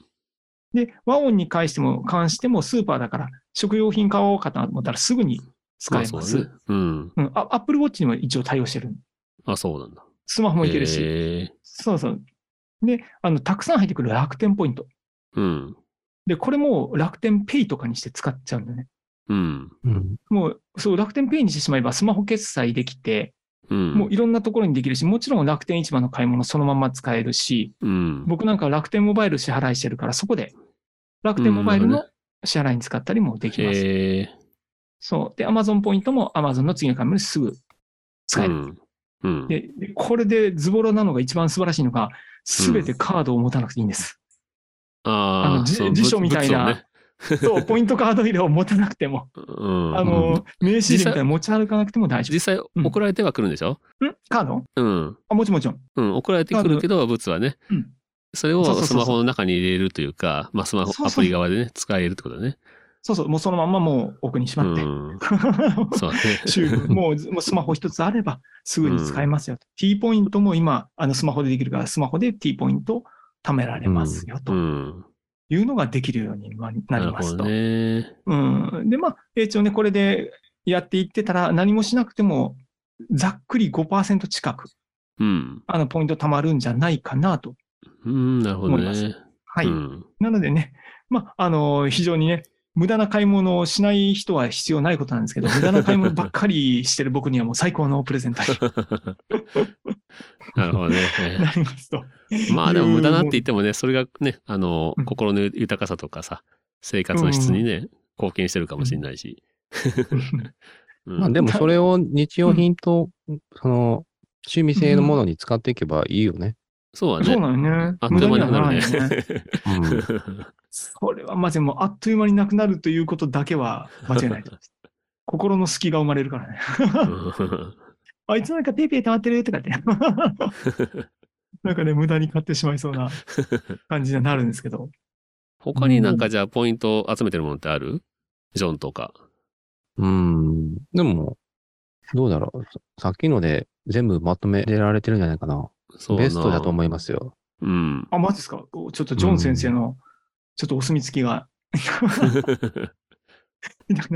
[SPEAKER 3] で、和音に関しても、関してもスーパーだから、食料品買おうかと思ったらすぐに使
[SPEAKER 2] ま
[SPEAKER 3] え
[SPEAKER 2] あ
[SPEAKER 3] ま
[SPEAKER 2] そう
[SPEAKER 3] す
[SPEAKER 2] だ。ねうん。
[SPEAKER 3] うん、あ Apple Watch にも一応対応してる。
[SPEAKER 2] あ、そうなんだ。
[SPEAKER 3] スマホもいけるし。
[SPEAKER 2] へえ
[SPEAKER 3] そうそう。で、あの、たくさん入ってくる楽天ポイント。
[SPEAKER 2] うん。
[SPEAKER 3] で、これも楽天ペイとかにして使っちゃうんだよね。
[SPEAKER 2] うん。
[SPEAKER 4] うん。
[SPEAKER 3] もう、そう、楽天ペイにしてしまえばスマホ決済できて、
[SPEAKER 2] うん。
[SPEAKER 3] もういろんなところにできるし、もちろん楽天市場の買い物そのまま使えるし、
[SPEAKER 2] うん。
[SPEAKER 3] 僕なんか楽天モバイル支払いしてるから、そこで楽天モバイル
[SPEAKER 2] うんな
[SPEAKER 3] の支払いに使ったりもできます。
[SPEAKER 2] えー
[SPEAKER 3] そう。で、Amazon ポイントも Amazon の次の買い物にすぐ使え
[SPEAKER 2] う
[SPEAKER 3] る。
[SPEAKER 2] ん。うん。
[SPEAKER 3] で、でこれでズボラなのが一番素晴らしいのが、すべてカードを持たなくていいんです。あ
[SPEAKER 2] あ
[SPEAKER 3] の
[SPEAKER 2] あ、
[SPEAKER 3] じ
[SPEAKER 2] そう
[SPEAKER 3] 辞書みたいな。
[SPEAKER 2] 物
[SPEAKER 3] そう、ポイントカード入れを持たなくても、
[SPEAKER 2] 物をねうん。
[SPEAKER 3] あの、名刺入れみたいに持ち歩かなくても大丈
[SPEAKER 2] 実際送られてはくるんでしょ
[SPEAKER 3] 夫。んカード
[SPEAKER 2] うん。
[SPEAKER 3] あ、もちろんもちろん。
[SPEAKER 2] うん。送られてくるけど、物はね
[SPEAKER 3] うん。
[SPEAKER 2] それ
[SPEAKER 3] そうそう
[SPEAKER 2] を
[SPEAKER 3] そう
[SPEAKER 2] スマホの中に入れるというか、まあスマホ
[SPEAKER 3] そうそ
[SPEAKER 2] アプ
[SPEAKER 3] う
[SPEAKER 2] リ側でね、使えるってことだね。
[SPEAKER 3] そうそう、もうそのまんまもう奥にし
[SPEAKER 2] う
[SPEAKER 3] まって。
[SPEAKER 2] ん。 そう だね。
[SPEAKER 3] シュールもうずもうスマホ一つあればすぐに使えますよと。T ポイントも今、あのスマホでできるから、スマホで T ポイント貯められますよ
[SPEAKER 2] う
[SPEAKER 3] と
[SPEAKER 2] ん。
[SPEAKER 3] いうのができるようになな
[SPEAKER 2] な
[SPEAKER 3] り
[SPEAKER 2] る
[SPEAKER 3] ま
[SPEAKER 2] ほ
[SPEAKER 3] す
[SPEAKER 2] ど
[SPEAKER 3] と。
[SPEAKER 2] ね。
[SPEAKER 3] うん、で、まあ、一応ね、これでやっていってたら、何もしなくても、ざっくり5%近く、
[SPEAKER 2] うん。
[SPEAKER 3] あの、ポイント貯まるんじゃないかなと。
[SPEAKER 2] うん、なるほど
[SPEAKER 3] 思います
[SPEAKER 2] ね。
[SPEAKER 3] はい。
[SPEAKER 2] うん。
[SPEAKER 3] なのでね、まあ、あの、非常にね、無駄な買い物をしない人は必要ないことなんですけど、無駄な買い物ばっかりしてる僕にはもう最高のプレゼントに
[SPEAKER 2] なるほどね。
[SPEAKER 3] なりま すと。
[SPEAKER 2] まあでも無駄なって言ってもね、それがね、あの
[SPEAKER 3] うん、
[SPEAKER 2] 心の豊かさとかさ、生活の質にね、貢献してるかもしれないし。うん
[SPEAKER 4] まあでもそれを日用品と、その、趣味性のものに使っていけばいいよね。
[SPEAKER 2] そうだ
[SPEAKER 3] そう
[SPEAKER 2] ね。
[SPEAKER 3] なのね
[SPEAKER 2] あ。っと
[SPEAKER 3] 無
[SPEAKER 2] い
[SPEAKER 3] 駄
[SPEAKER 2] う間
[SPEAKER 3] に
[SPEAKER 2] にな
[SPEAKER 3] は
[SPEAKER 2] くなる
[SPEAKER 3] ならないよね。
[SPEAKER 2] ね。
[SPEAKER 4] うん
[SPEAKER 3] これはまずもうあっという間になくなるということだけは間違 いないと思います。心の隙が生まれるからね。あいつなんかペイペイ溜まってるとかって。なんかね、無駄に買ってしまいそうな感じになるんですけど。
[SPEAKER 2] 他になんかじゃあポイント集めてるものってあるジョンとか。
[SPEAKER 4] うん。でも、どうだろう。ささっきので全部まとめられてるんじゃないかな。
[SPEAKER 2] そう
[SPEAKER 4] ベストだと
[SPEAKER 2] う。
[SPEAKER 4] 思いますよ。
[SPEAKER 2] うん。
[SPEAKER 3] あ、マジですかおちょっとジョン先生の、ちょっとお墨付きが。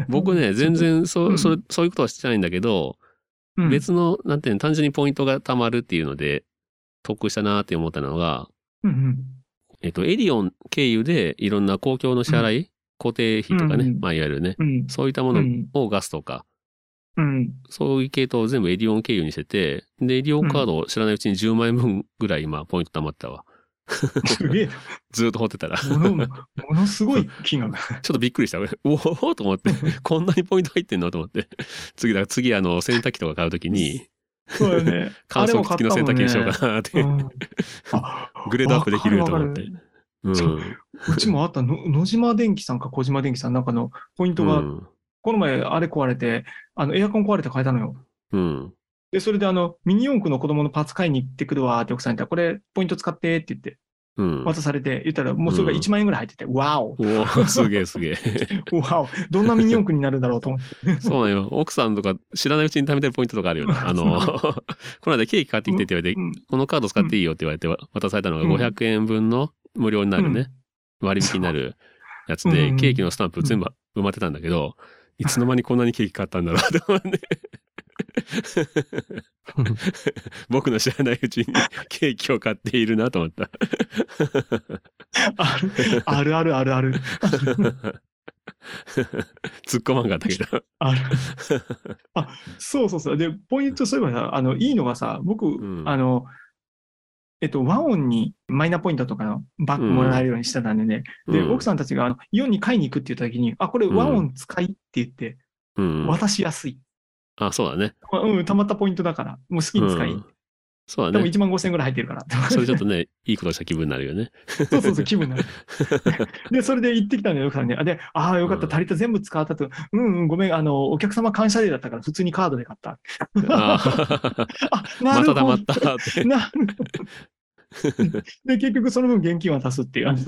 [SPEAKER 2] 僕ね、全然
[SPEAKER 3] う
[SPEAKER 2] そ
[SPEAKER 3] ん
[SPEAKER 2] う、それ、そういうことはしてないんだけど、
[SPEAKER 3] うん、
[SPEAKER 2] 別の、なんていうの、単純にポイントが貯まるっていうので、得したなって思ったのが、
[SPEAKER 3] うんうん、
[SPEAKER 2] えっと、エディオン経由でいろんな公共の支払い、固定費とか
[SPEAKER 3] うん
[SPEAKER 2] ね
[SPEAKER 3] う、ん
[SPEAKER 2] まあいわゆるね、
[SPEAKER 3] うん。
[SPEAKER 2] そういった
[SPEAKER 3] う
[SPEAKER 2] もの
[SPEAKER 3] ん。
[SPEAKER 2] をガスとか、
[SPEAKER 3] うん。
[SPEAKER 2] そういう系統を全部エディオン経由にしてて、で、エディオンカードを知らないうちに10万円分ぐらい今、ポイント貯まってたわ。
[SPEAKER 3] すげえ。
[SPEAKER 2] ずーっと放ってたら。ち
[SPEAKER 3] もの、も
[SPEAKER 2] ょ
[SPEAKER 3] のすごい 金額。
[SPEAKER 2] っとびっくりした。おおと思っ て、こんなにポイント入ってんのと思って。次、だから次、あの、洗濯機とか買うときに、
[SPEAKER 3] そうだ ね。
[SPEAKER 2] 乾燥機付きの洗濯機にしよう
[SPEAKER 3] な。
[SPEAKER 2] かなって、
[SPEAKER 3] うんあ
[SPEAKER 2] グレードアップできると思っ
[SPEAKER 3] わ
[SPEAKER 2] て
[SPEAKER 3] か。
[SPEAKER 2] うん。
[SPEAKER 3] そううちもあったの、野島電機さんか小島電機さんなんかのポイン
[SPEAKER 2] う
[SPEAKER 3] トが、
[SPEAKER 2] ん。
[SPEAKER 3] この前あれ壊れて、あの、エアコン壊れて変えたのよ。
[SPEAKER 2] うん。
[SPEAKER 3] で、それであの、ミニ四駆の子供のパーツ買いに行ってくるわーって奥さんに言ったら、これポイント使ってって言って、
[SPEAKER 2] うん。
[SPEAKER 3] 渡されて、言ったらもうそれが1万円ぐらい入ってて、わお
[SPEAKER 2] おーすげえすげえ。
[SPEAKER 3] わおどんなミニ四駆になるだろうと思って。
[SPEAKER 2] そうなのよ。奥さんとか知らないうちに貯めてるポイントとかあるよね。あの、 この間ケーキ買ってきてって言われて、
[SPEAKER 3] うん
[SPEAKER 2] このカード使っていいよって言われて渡されたのが
[SPEAKER 3] うん
[SPEAKER 2] 500円分の無料になるね、割引になるやつで、
[SPEAKER 3] うん
[SPEAKER 2] ケーキのスタンプ全部埋まってたんだけど、いつの間にこんなにケーキ買ったんだろうと思って、 僕の知らないうちにケーキを買っているなと思 った。
[SPEAKER 3] あるあるあるあるある。
[SPEAKER 2] 突っ込まんかったけど。
[SPEAKER 3] あるあそうそうそう。で、ポイント、そういえばさ、あの、いいのがさ、僕、
[SPEAKER 2] ん
[SPEAKER 3] あの、えっと、和音にマイナポイントとかのバッグもらえるようにしてたんでね。で、奥さんたちがあのイオンに買いに行くって言った時に、あ、これ和音使いって言って、
[SPEAKER 2] ん、うん、
[SPEAKER 3] 渡しやすい。
[SPEAKER 2] あ、そうだね。
[SPEAKER 3] あうん、たまったポイントだから、もう好きに使い。
[SPEAKER 2] うんそう
[SPEAKER 3] で
[SPEAKER 2] だ
[SPEAKER 3] も
[SPEAKER 2] ね。
[SPEAKER 3] 1万5000円ぐらい入ってるから。
[SPEAKER 2] それちょっとね、いいことした気分になるよね。
[SPEAKER 3] そうそうそう、気分 になる。で、それで行ってきたんだよ、奥さんね。あで、ああ、よかった、
[SPEAKER 2] うん
[SPEAKER 3] 足りた、全部使ったと。うん、うん、ごめん、あの、お客様感謝デーだったから、普通にカードで買った。
[SPEAKER 2] あー
[SPEAKER 3] あ、
[SPEAKER 2] ま
[SPEAKER 3] な
[SPEAKER 2] た
[SPEAKER 3] るほど。
[SPEAKER 2] 溜まったって。
[SPEAKER 3] なるほどで、結局その分現金渡すっていう。あの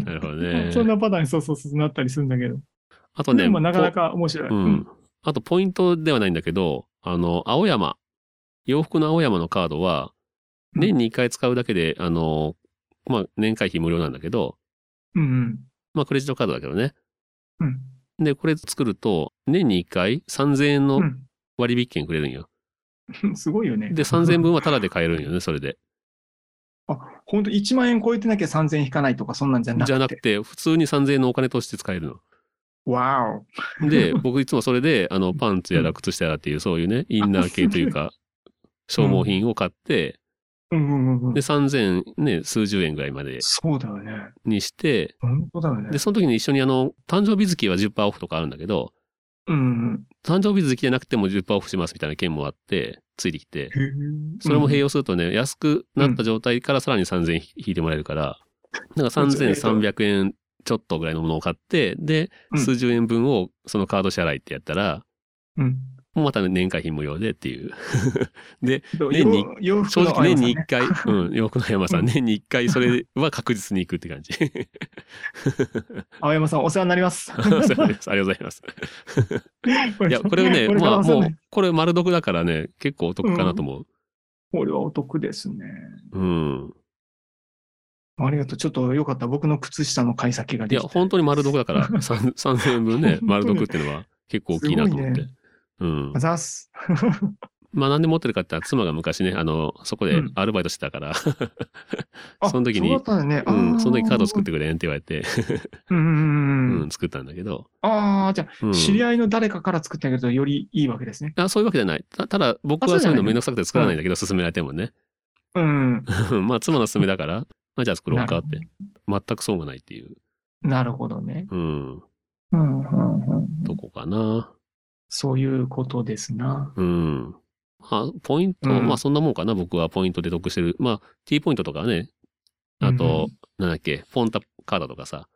[SPEAKER 2] なるほどね。
[SPEAKER 3] そんなパターンにそうそうそうなったりするんだけど。
[SPEAKER 2] あと
[SPEAKER 3] で
[SPEAKER 2] ね、
[SPEAKER 3] もなかなか面白い。
[SPEAKER 2] ポ。うん。あと、ポイントではないんだけど、あの、青山。洋服の青山のカードは、
[SPEAKER 3] うん
[SPEAKER 2] 年に1回使うだけで、あの、まあ、年会費無料なんだけど、
[SPEAKER 3] うんうん。
[SPEAKER 2] まあ、クレジットカードだけどね。
[SPEAKER 3] うん
[SPEAKER 2] で、これ作ると、年に1回3000円の割引券くれるんよ。
[SPEAKER 3] うん、すごいよね。
[SPEAKER 2] で、3000円分はタダで買えるんよね、それで。
[SPEAKER 3] 本当1万円超えてなきゃ3000円引かないとか、そんなんじゃなくて。
[SPEAKER 2] じゃなくて、普通に3000円のお金として使えるの。
[SPEAKER 3] わ
[SPEAKER 2] で、僕いつもそれで、あの、パンツやら靴下やらっていう、そういうね、インナー系という か、消耗品を買って、
[SPEAKER 3] お。うんうんうんう
[SPEAKER 2] で、
[SPEAKER 3] ん。
[SPEAKER 2] 3000、ね、数十円ぐらいまで
[SPEAKER 3] そうだよね。
[SPEAKER 2] にして、
[SPEAKER 3] 本当だよね
[SPEAKER 2] で、。その時に一緒にあの、誕生日月は10%オフとかあるんだけど、
[SPEAKER 3] うん
[SPEAKER 2] 誕生日月じゃなくても10%オフしますみたいな券もあって、ついてきて、
[SPEAKER 3] うん。へえ
[SPEAKER 2] それも併用するとね、安くなった状態からさらに3000円引いてもらえるから、なんか3300円ちょっとぐらいのものを買って、で、
[SPEAKER 3] うん
[SPEAKER 2] 数十円分をそのカード支払いってやったら、
[SPEAKER 3] うん。
[SPEAKER 2] もうまた年会費無料でっていう。年
[SPEAKER 3] 年
[SPEAKER 2] に
[SPEAKER 3] に、洋服
[SPEAKER 2] 正
[SPEAKER 3] の
[SPEAKER 2] 直年に
[SPEAKER 3] 青山
[SPEAKER 2] 一 回、うん、洋服の山さん、年に一回それは確実に行くって 感じ。
[SPEAKER 3] さんね青山さん、お世話にな ります。
[SPEAKER 2] ありがとうございます。ありがとうございます。い や、これね、
[SPEAKER 3] から
[SPEAKER 2] まあも
[SPEAKER 3] お世話にな
[SPEAKER 2] う
[SPEAKER 3] る、
[SPEAKER 2] これ丸得だからね、結構お得かなと思う。
[SPEAKER 3] これはお得ですね。
[SPEAKER 2] うん。
[SPEAKER 3] ありがとう。ちょっとよかった。僕の靴下の買い先が
[SPEAKER 2] い
[SPEAKER 3] で
[SPEAKER 2] や、
[SPEAKER 3] きた。
[SPEAKER 2] 本当に丸得だから、3 3000円分ね、丸得っていうのは結構大きいなと思っ
[SPEAKER 3] すご
[SPEAKER 2] て。
[SPEAKER 3] いね
[SPEAKER 2] うん
[SPEAKER 3] あ。ざっす。
[SPEAKER 2] まあ、なんで持ってるかって言ったら、妻が昔ね、あの、そこで
[SPEAKER 3] うん
[SPEAKER 2] アルバイトしてたから、
[SPEAKER 3] あ
[SPEAKER 2] その時に
[SPEAKER 3] そうだったね。。
[SPEAKER 2] うん、その時カード作っててくれんって言われて、
[SPEAKER 3] うんうん
[SPEAKER 2] う
[SPEAKER 3] うんうん
[SPEAKER 2] ん、。作ったんだけど。
[SPEAKER 3] ああ、じゃ
[SPEAKER 2] うん
[SPEAKER 3] あ、知り合いの誰かから作ってあげるとよりいいわけですね。
[SPEAKER 2] あそういうわけじゃない。たただ、僕は
[SPEAKER 3] あ
[SPEAKER 2] そ
[SPEAKER 3] そう
[SPEAKER 2] いうの
[SPEAKER 3] うじゃない
[SPEAKER 2] めんどくさくて作らないんだけど、勧められてもね。
[SPEAKER 3] うん。
[SPEAKER 2] まあ、妻の勧めだから、 まあ、じゃあ作ろうかって。全く損がないっていう、
[SPEAKER 3] なるほどね。
[SPEAKER 2] うん、
[SPEAKER 3] うんうんうん。
[SPEAKER 2] とこかな。
[SPEAKER 3] そういうことですな。
[SPEAKER 2] うん。まあ、ポイント、
[SPEAKER 3] うん
[SPEAKER 2] まあ、そんなもんかな。僕はポイントで得してる。まあ、T ポイントとかね。あと、なんだっけ、ポンタカードとかさ、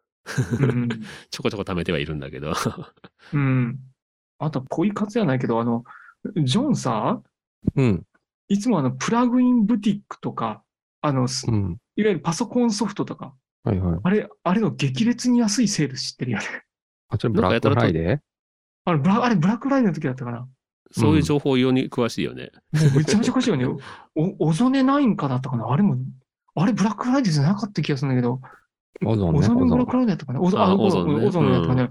[SPEAKER 3] うん。
[SPEAKER 2] ちょこちょこ貯めてはいるんだけど。
[SPEAKER 3] うん。あと、恋活やないけど、あの、ジョンさ、
[SPEAKER 4] うん。
[SPEAKER 3] いつもあの、プラグインブティックとか、あの、す
[SPEAKER 4] うん。
[SPEAKER 3] いわゆるパソコンソフトとか、
[SPEAKER 4] はいはい。
[SPEAKER 3] あれ、あれの激烈に安いセール知ってるよね。
[SPEAKER 4] あ、それブラックフライデー
[SPEAKER 3] あれ、ブラあれブラックラインの時だったかな。
[SPEAKER 2] そういう情報用に詳しいよね。
[SPEAKER 3] もうめちゃめちゃ詳しいよね。お、オゾネナインかだったかな。あれも、あれ、ブラックフライデーじゃなかった気がするんだけど、
[SPEAKER 4] オゾンね。
[SPEAKER 3] オ
[SPEAKER 4] オゾ
[SPEAKER 3] ゾネブラッ
[SPEAKER 4] ン
[SPEAKER 3] ク。フライデーだったかな。オゾ
[SPEAKER 2] あ
[SPEAKER 3] あ
[SPEAKER 2] オゾンね
[SPEAKER 3] オゾネだったかね。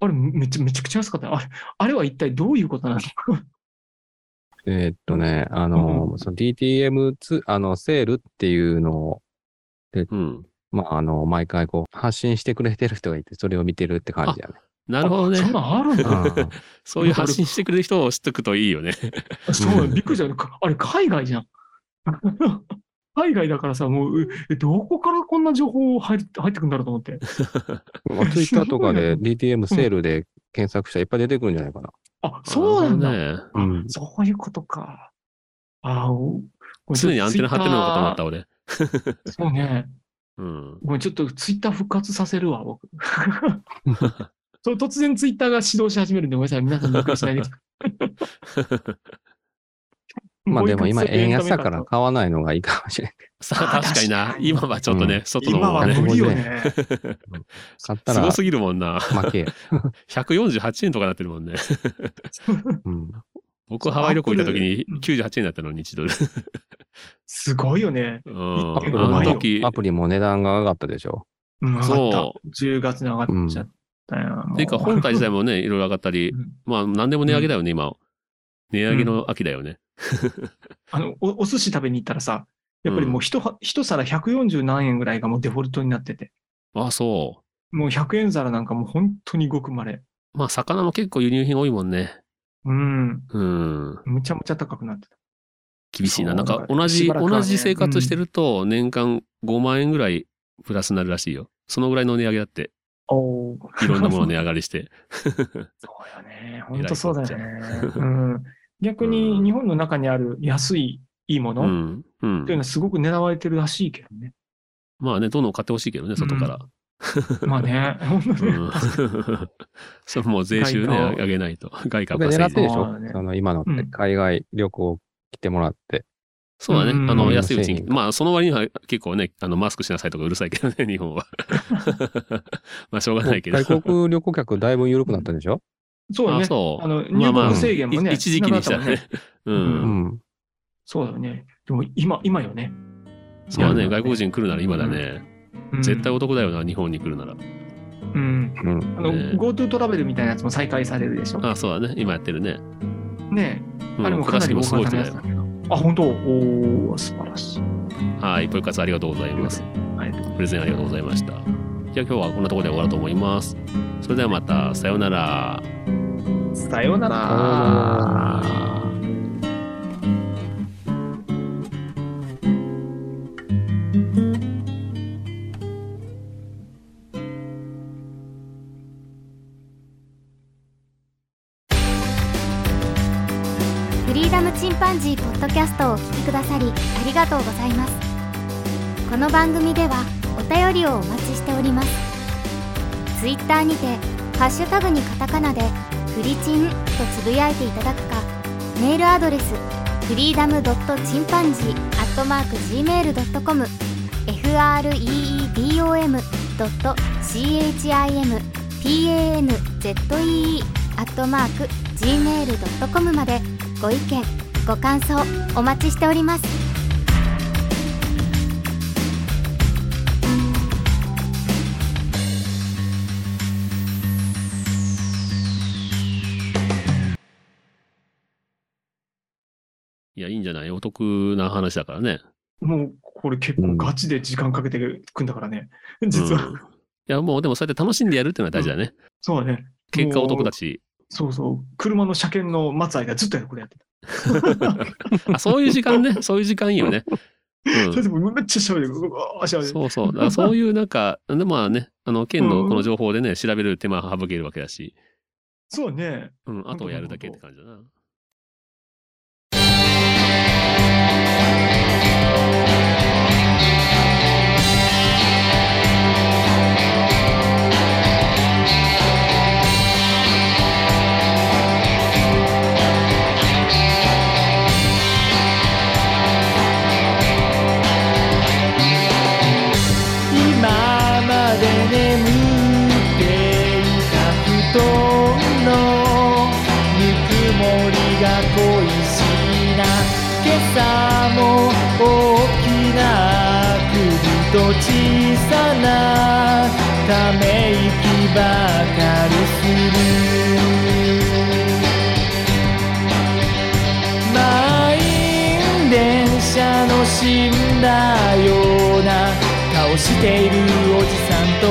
[SPEAKER 3] あれめちゃ、めちゃくちゃ安かった。あれ、あれは一体どういうことなの
[SPEAKER 4] えーっとね、あの、その DTM2、あの、セールっていうのを、
[SPEAKER 2] うん。
[SPEAKER 4] まあ、あの、毎回こう、発信してくれてる人がいて、それを見てるって感じだね。
[SPEAKER 2] なるほどね
[SPEAKER 3] そ。んなんあるんだ。
[SPEAKER 4] う
[SPEAKER 2] そういう発信してくれる人を知っとくといいよね。
[SPEAKER 3] そう、
[SPEAKER 4] うん
[SPEAKER 3] びっくりした。かあれ、海外じゃん。 海外だからさ、もう、えどこからこんな情報入って入ってくんだろうと思って。
[SPEAKER 4] ん。ツイッターとかで DTM セールで検索したらいっぱい出てくるんじゃないかな。
[SPEAKER 3] あ、 そうなんだ。
[SPEAKER 2] ね。
[SPEAKER 3] あ
[SPEAKER 4] うん
[SPEAKER 3] そういうことか。あおこれ
[SPEAKER 2] 常にアンテナ張ってるのかと思った、俺。
[SPEAKER 3] ツイッターそうね。
[SPEAKER 2] うん。
[SPEAKER 3] ごめん、ちょっとツイッター復活させる わ、僕。そう突然ツイッターが始動し始めるんで、ごめんなさい。皆さんびっくり しないで。
[SPEAKER 4] まあでも今円安だか
[SPEAKER 3] あ
[SPEAKER 4] ら買わないのがいいかもしれない。
[SPEAKER 2] さあ、
[SPEAKER 3] あー
[SPEAKER 2] 確かにな
[SPEAKER 3] 確。かに
[SPEAKER 2] 今はちょっとね、
[SPEAKER 4] う
[SPEAKER 2] 外の
[SPEAKER 3] 今
[SPEAKER 2] 方が
[SPEAKER 3] は
[SPEAKER 2] ね。
[SPEAKER 3] 無理よね。
[SPEAKER 4] 買った
[SPEAKER 2] す
[SPEAKER 4] ら
[SPEAKER 2] ごすぎるもんな。
[SPEAKER 4] 負け。
[SPEAKER 2] 148円とかなってるもん ね。
[SPEAKER 4] うん。
[SPEAKER 2] 僕ハワイ旅行行った時に
[SPEAKER 3] アッ
[SPEAKER 2] 98円だったの、1ドル。
[SPEAKER 3] すごいよね。
[SPEAKER 2] う。
[SPEAKER 3] うん
[SPEAKER 4] ア
[SPEAKER 2] あ
[SPEAKER 4] プリ
[SPEAKER 3] う
[SPEAKER 4] も
[SPEAKER 2] の
[SPEAKER 3] まいよ
[SPEAKER 2] 時
[SPEAKER 4] ア、プリも値段が上がったでしょ。
[SPEAKER 3] うん、上がった
[SPEAKER 2] そ。
[SPEAKER 3] 10月に上がっちゃったよ。も
[SPEAKER 2] ていうか本体自体も ね、いろいろ上がったり
[SPEAKER 3] うん、
[SPEAKER 2] まあ何でも値上げだよね、今。値上げの秋だよね。
[SPEAKER 3] あのお、お寿司食べに行ったらさ、やっぱりもう一は一皿140何円ぐらいがもうデフォルトになってて、
[SPEAKER 2] あ、そ
[SPEAKER 3] もう100円皿なんかもう本当にごくまれ。
[SPEAKER 2] う。まあ魚も結構輸入品多いもんね。
[SPEAKER 3] うん。
[SPEAKER 2] うん。
[SPEAKER 3] むちゃむちゃ高くなってた。
[SPEAKER 2] 厳しいな。
[SPEAKER 3] そう
[SPEAKER 2] なん
[SPEAKER 3] だ
[SPEAKER 2] か
[SPEAKER 3] から
[SPEAKER 2] 同じ、
[SPEAKER 3] しばらくはね
[SPEAKER 2] 同じ生活してると年間5万円ぐらいプラスになるらしいよ。そのぐらいの値上げだって。
[SPEAKER 3] おお。
[SPEAKER 2] いろんなもの値上がり して。
[SPEAKER 3] そうよね。本当そうだよね。
[SPEAKER 2] こ
[SPEAKER 3] うん、逆に日本の中にある安いいいもの
[SPEAKER 2] う
[SPEAKER 3] っ
[SPEAKER 2] ん。うん
[SPEAKER 3] ていうの。はすごく狙われてるらしいけどね。
[SPEAKER 2] まあね、どんどん買ってほしいけどね、外から。
[SPEAKER 3] まあね。本当
[SPEAKER 2] う
[SPEAKER 3] ね
[SPEAKER 2] んそれもう税収ね、
[SPEAKER 3] 外貨を
[SPEAKER 2] 上げないと。外貨
[SPEAKER 4] これ狙
[SPEAKER 2] 稼
[SPEAKER 4] っ
[SPEAKER 2] い
[SPEAKER 4] て
[SPEAKER 2] で。
[SPEAKER 4] でし
[SPEAKER 3] そう
[SPEAKER 4] ょ
[SPEAKER 3] だね
[SPEAKER 4] その今の
[SPEAKER 3] うん
[SPEAKER 4] 海外旅行来てもらって。
[SPEAKER 2] そうだね。
[SPEAKER 3] うん
[SPEAKER 2] あ
[SPEAKER 4] う
[SPEAKER 2] の、
[SPEAKER 4] ん
[SPEAKER 2] 安いうち
[SPEAKER 4] 製
[SPEAKER 2] に。
[SPEAKER 4] 品
[SPEAKER 2] まあ、その割には結構ね、あの、マスクしなさいとかうるさいけどね、 日本は。まあ、しょうがないけど。
[SPEAKER 4] 外国旅行客だいぶ緩くなったでしょ
[SPEAKER 3] そうだ
[SPEAKER 2] あ
[SPEAKER 3] ね。
[SPEAKER 2] そう
[SPEAKER 3] あの、
[SPEAKER 2] まあ
[SPEAKER 3] 入
[SPEAKER 2] まあ
[SPEAKER 3] 国制限もね。
[SPEAKER 2] い一時期にしたら
[SPEAKER 3] なくなっ
[SPEAKER 2] ね。う。
[SPEAKER 4] うんん。
[SPEAKER 3] たもんね。そうだよね。でも今、今よね。
[SPEAKER 2] そうだ
[SPEAKER 4] う
[SPEAKER 2] ね。
[SPEAKER 4] ん
[SPEAKER 2] 外国人来るなら今だね。
[SPEAKER 3] うん
[SPEAKER 2] 絶対お得だよな、日本に来るなら。
[SPEAKER 3] うん。
[SPEAKER 4] うん。
[SPEAKER 3] あの、
[SPEAKER 2] ね
[SPEAKER 3] GoTo トラベルみたいなやつも再開されるでしょ。
[SPEAKER 2] あ、そうだね。今やってるね。
[SPEAKER 3] ね
[SPEAKER 2] うん
[SPEAKER 3] あれも
[SPEAKER 2] ポ
[SPEAKER 3] か
[SPEAKER 2] カ
[SPEAKER 3] な
[SPEAKER 2] ス
[SPEAKER 3] り
[SPEAKER 2] も
[SPEAKER 3] 大
[SPEAKER 2] すごい
[SPEAKER 3] 型
[SPEAKER 2] 人
[SPEAKER 3] のや
[SPEAKER 2] だ
[SPEAKER 3] つ
[SPEAKER 2] よ
[SPEAKER 3] だ。けど。あ、本当おー、素晴らしい。
[SPEAKER 2] はい。ポイ活ありがとうございます。
[SPEAKER 3] はい。
[SPEAKER 2] プレゼンありがとうございました。じゃあ今日はこんなところで終わろうと思います。それではまた、さようなら。
[SPEAKER 3] さような
[SPEAKER 4] さような
[SPEAKER 3] ら
[SPEAKER 4] ら。
[SPEAKER 1] フリーダムチンパンジーポッドキャストをお聞きくださりありがとうございますこの番組ではお便りをお待ちしておりますツイッターにてハッシュタグにカタカナでフリチンとつぶやいていただくかメールアドレスフリーダムドットチンパンジーアットマーク gmail.com freedom ドット chimpanzee アットマーク gmail.com までご意見ご感想お待ちしております
[SPEAKER 2] いや、いいんじゃないお得な話だからね。
[SPEAKER 3] もう、これ結構ガチで時間かけてくんだからね。実は。
[SPEAKER 2] うんいや、もうでもそうやって楽しんでやるっていうのは大事だね。
[SPEAKER 3] そうだね。
[SPEAKER 2] 結果お得だし。
[SPEAKER 3] そうそう。車の車検の待つ間ずっとやるこれやってた。
[SPEAKER 2] あ、そういう時間ね。そういう時間いいよね。うん
[SPEAKER 3] それでもめっちゃ喋る。うわー喋る。
[SPEAKER 2] そうそう。だからそういうなんか、でまあね、あの、県のこの情報でね、調べる手間省けるわけだし、
[SPEAKER 3] そうね。
[SPEAKER 2] うん、あとはやるだけって感じだな。
[SPEAKER 5] 今まで眠っていた布団のぬくもりが恋しいな今朝も大きな首と小さなため息ばかりする満員電車の死んだような顔しているおじさんと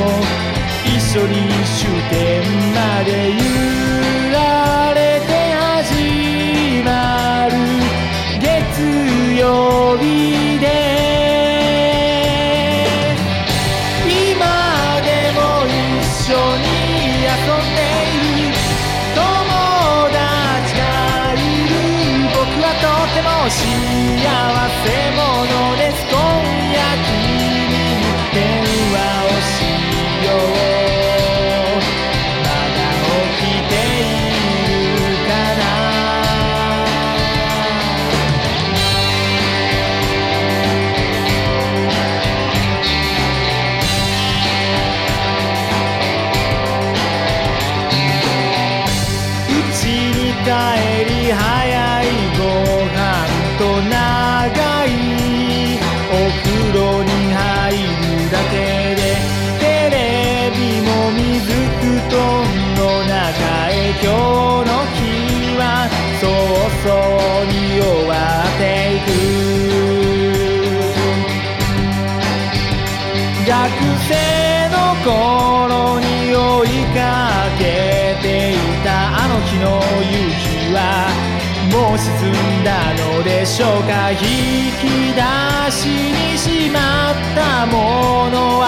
[SPEAKER 5] 一緒に終点まで揺られて始まる月曜日で今でも一緒に遊んでいる友達がいる僕はとても幸せ者です今夜君に電話をしようまだ起きているかな家に帰り早いご飯と長いお風呂に入るだけでテレビも水布団の中へ今日の日は早々に終わっていく学生の頃に追いかけていたあの日の夕日はもう沈んだのでしょうか引き出しにしまったものは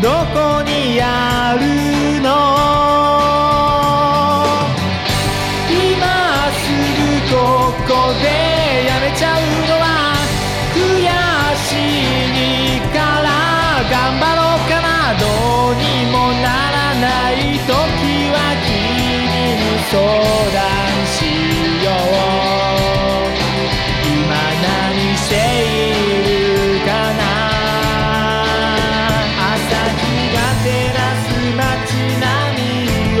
[SPEAKER 5] どこにあるの今すぐここでやめちゃうのは悔しいから頑張ろうかなどうにもならない時は君に相談しよう今何しているかな朝日が照らす街並みを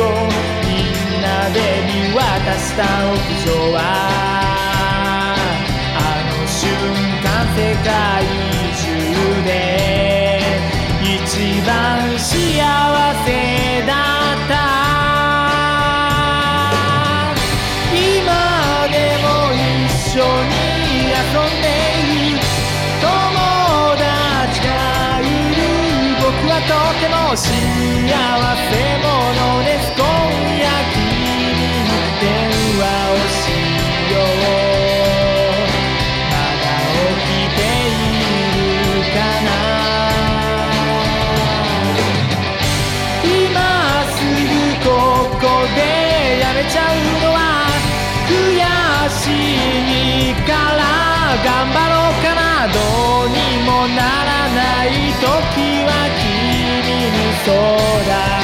[SPEAKER 5] みんなで見渡した屋上はあの瞬間世界中で一番幸せだった今でも一緒に遊んでいる友達がいる僕はとても幸者です今夜君に電話をしようまだ起きているかな今すぐここでやめちゃうのは悔しいから頑張ろうかなどうにもならない時は君に相談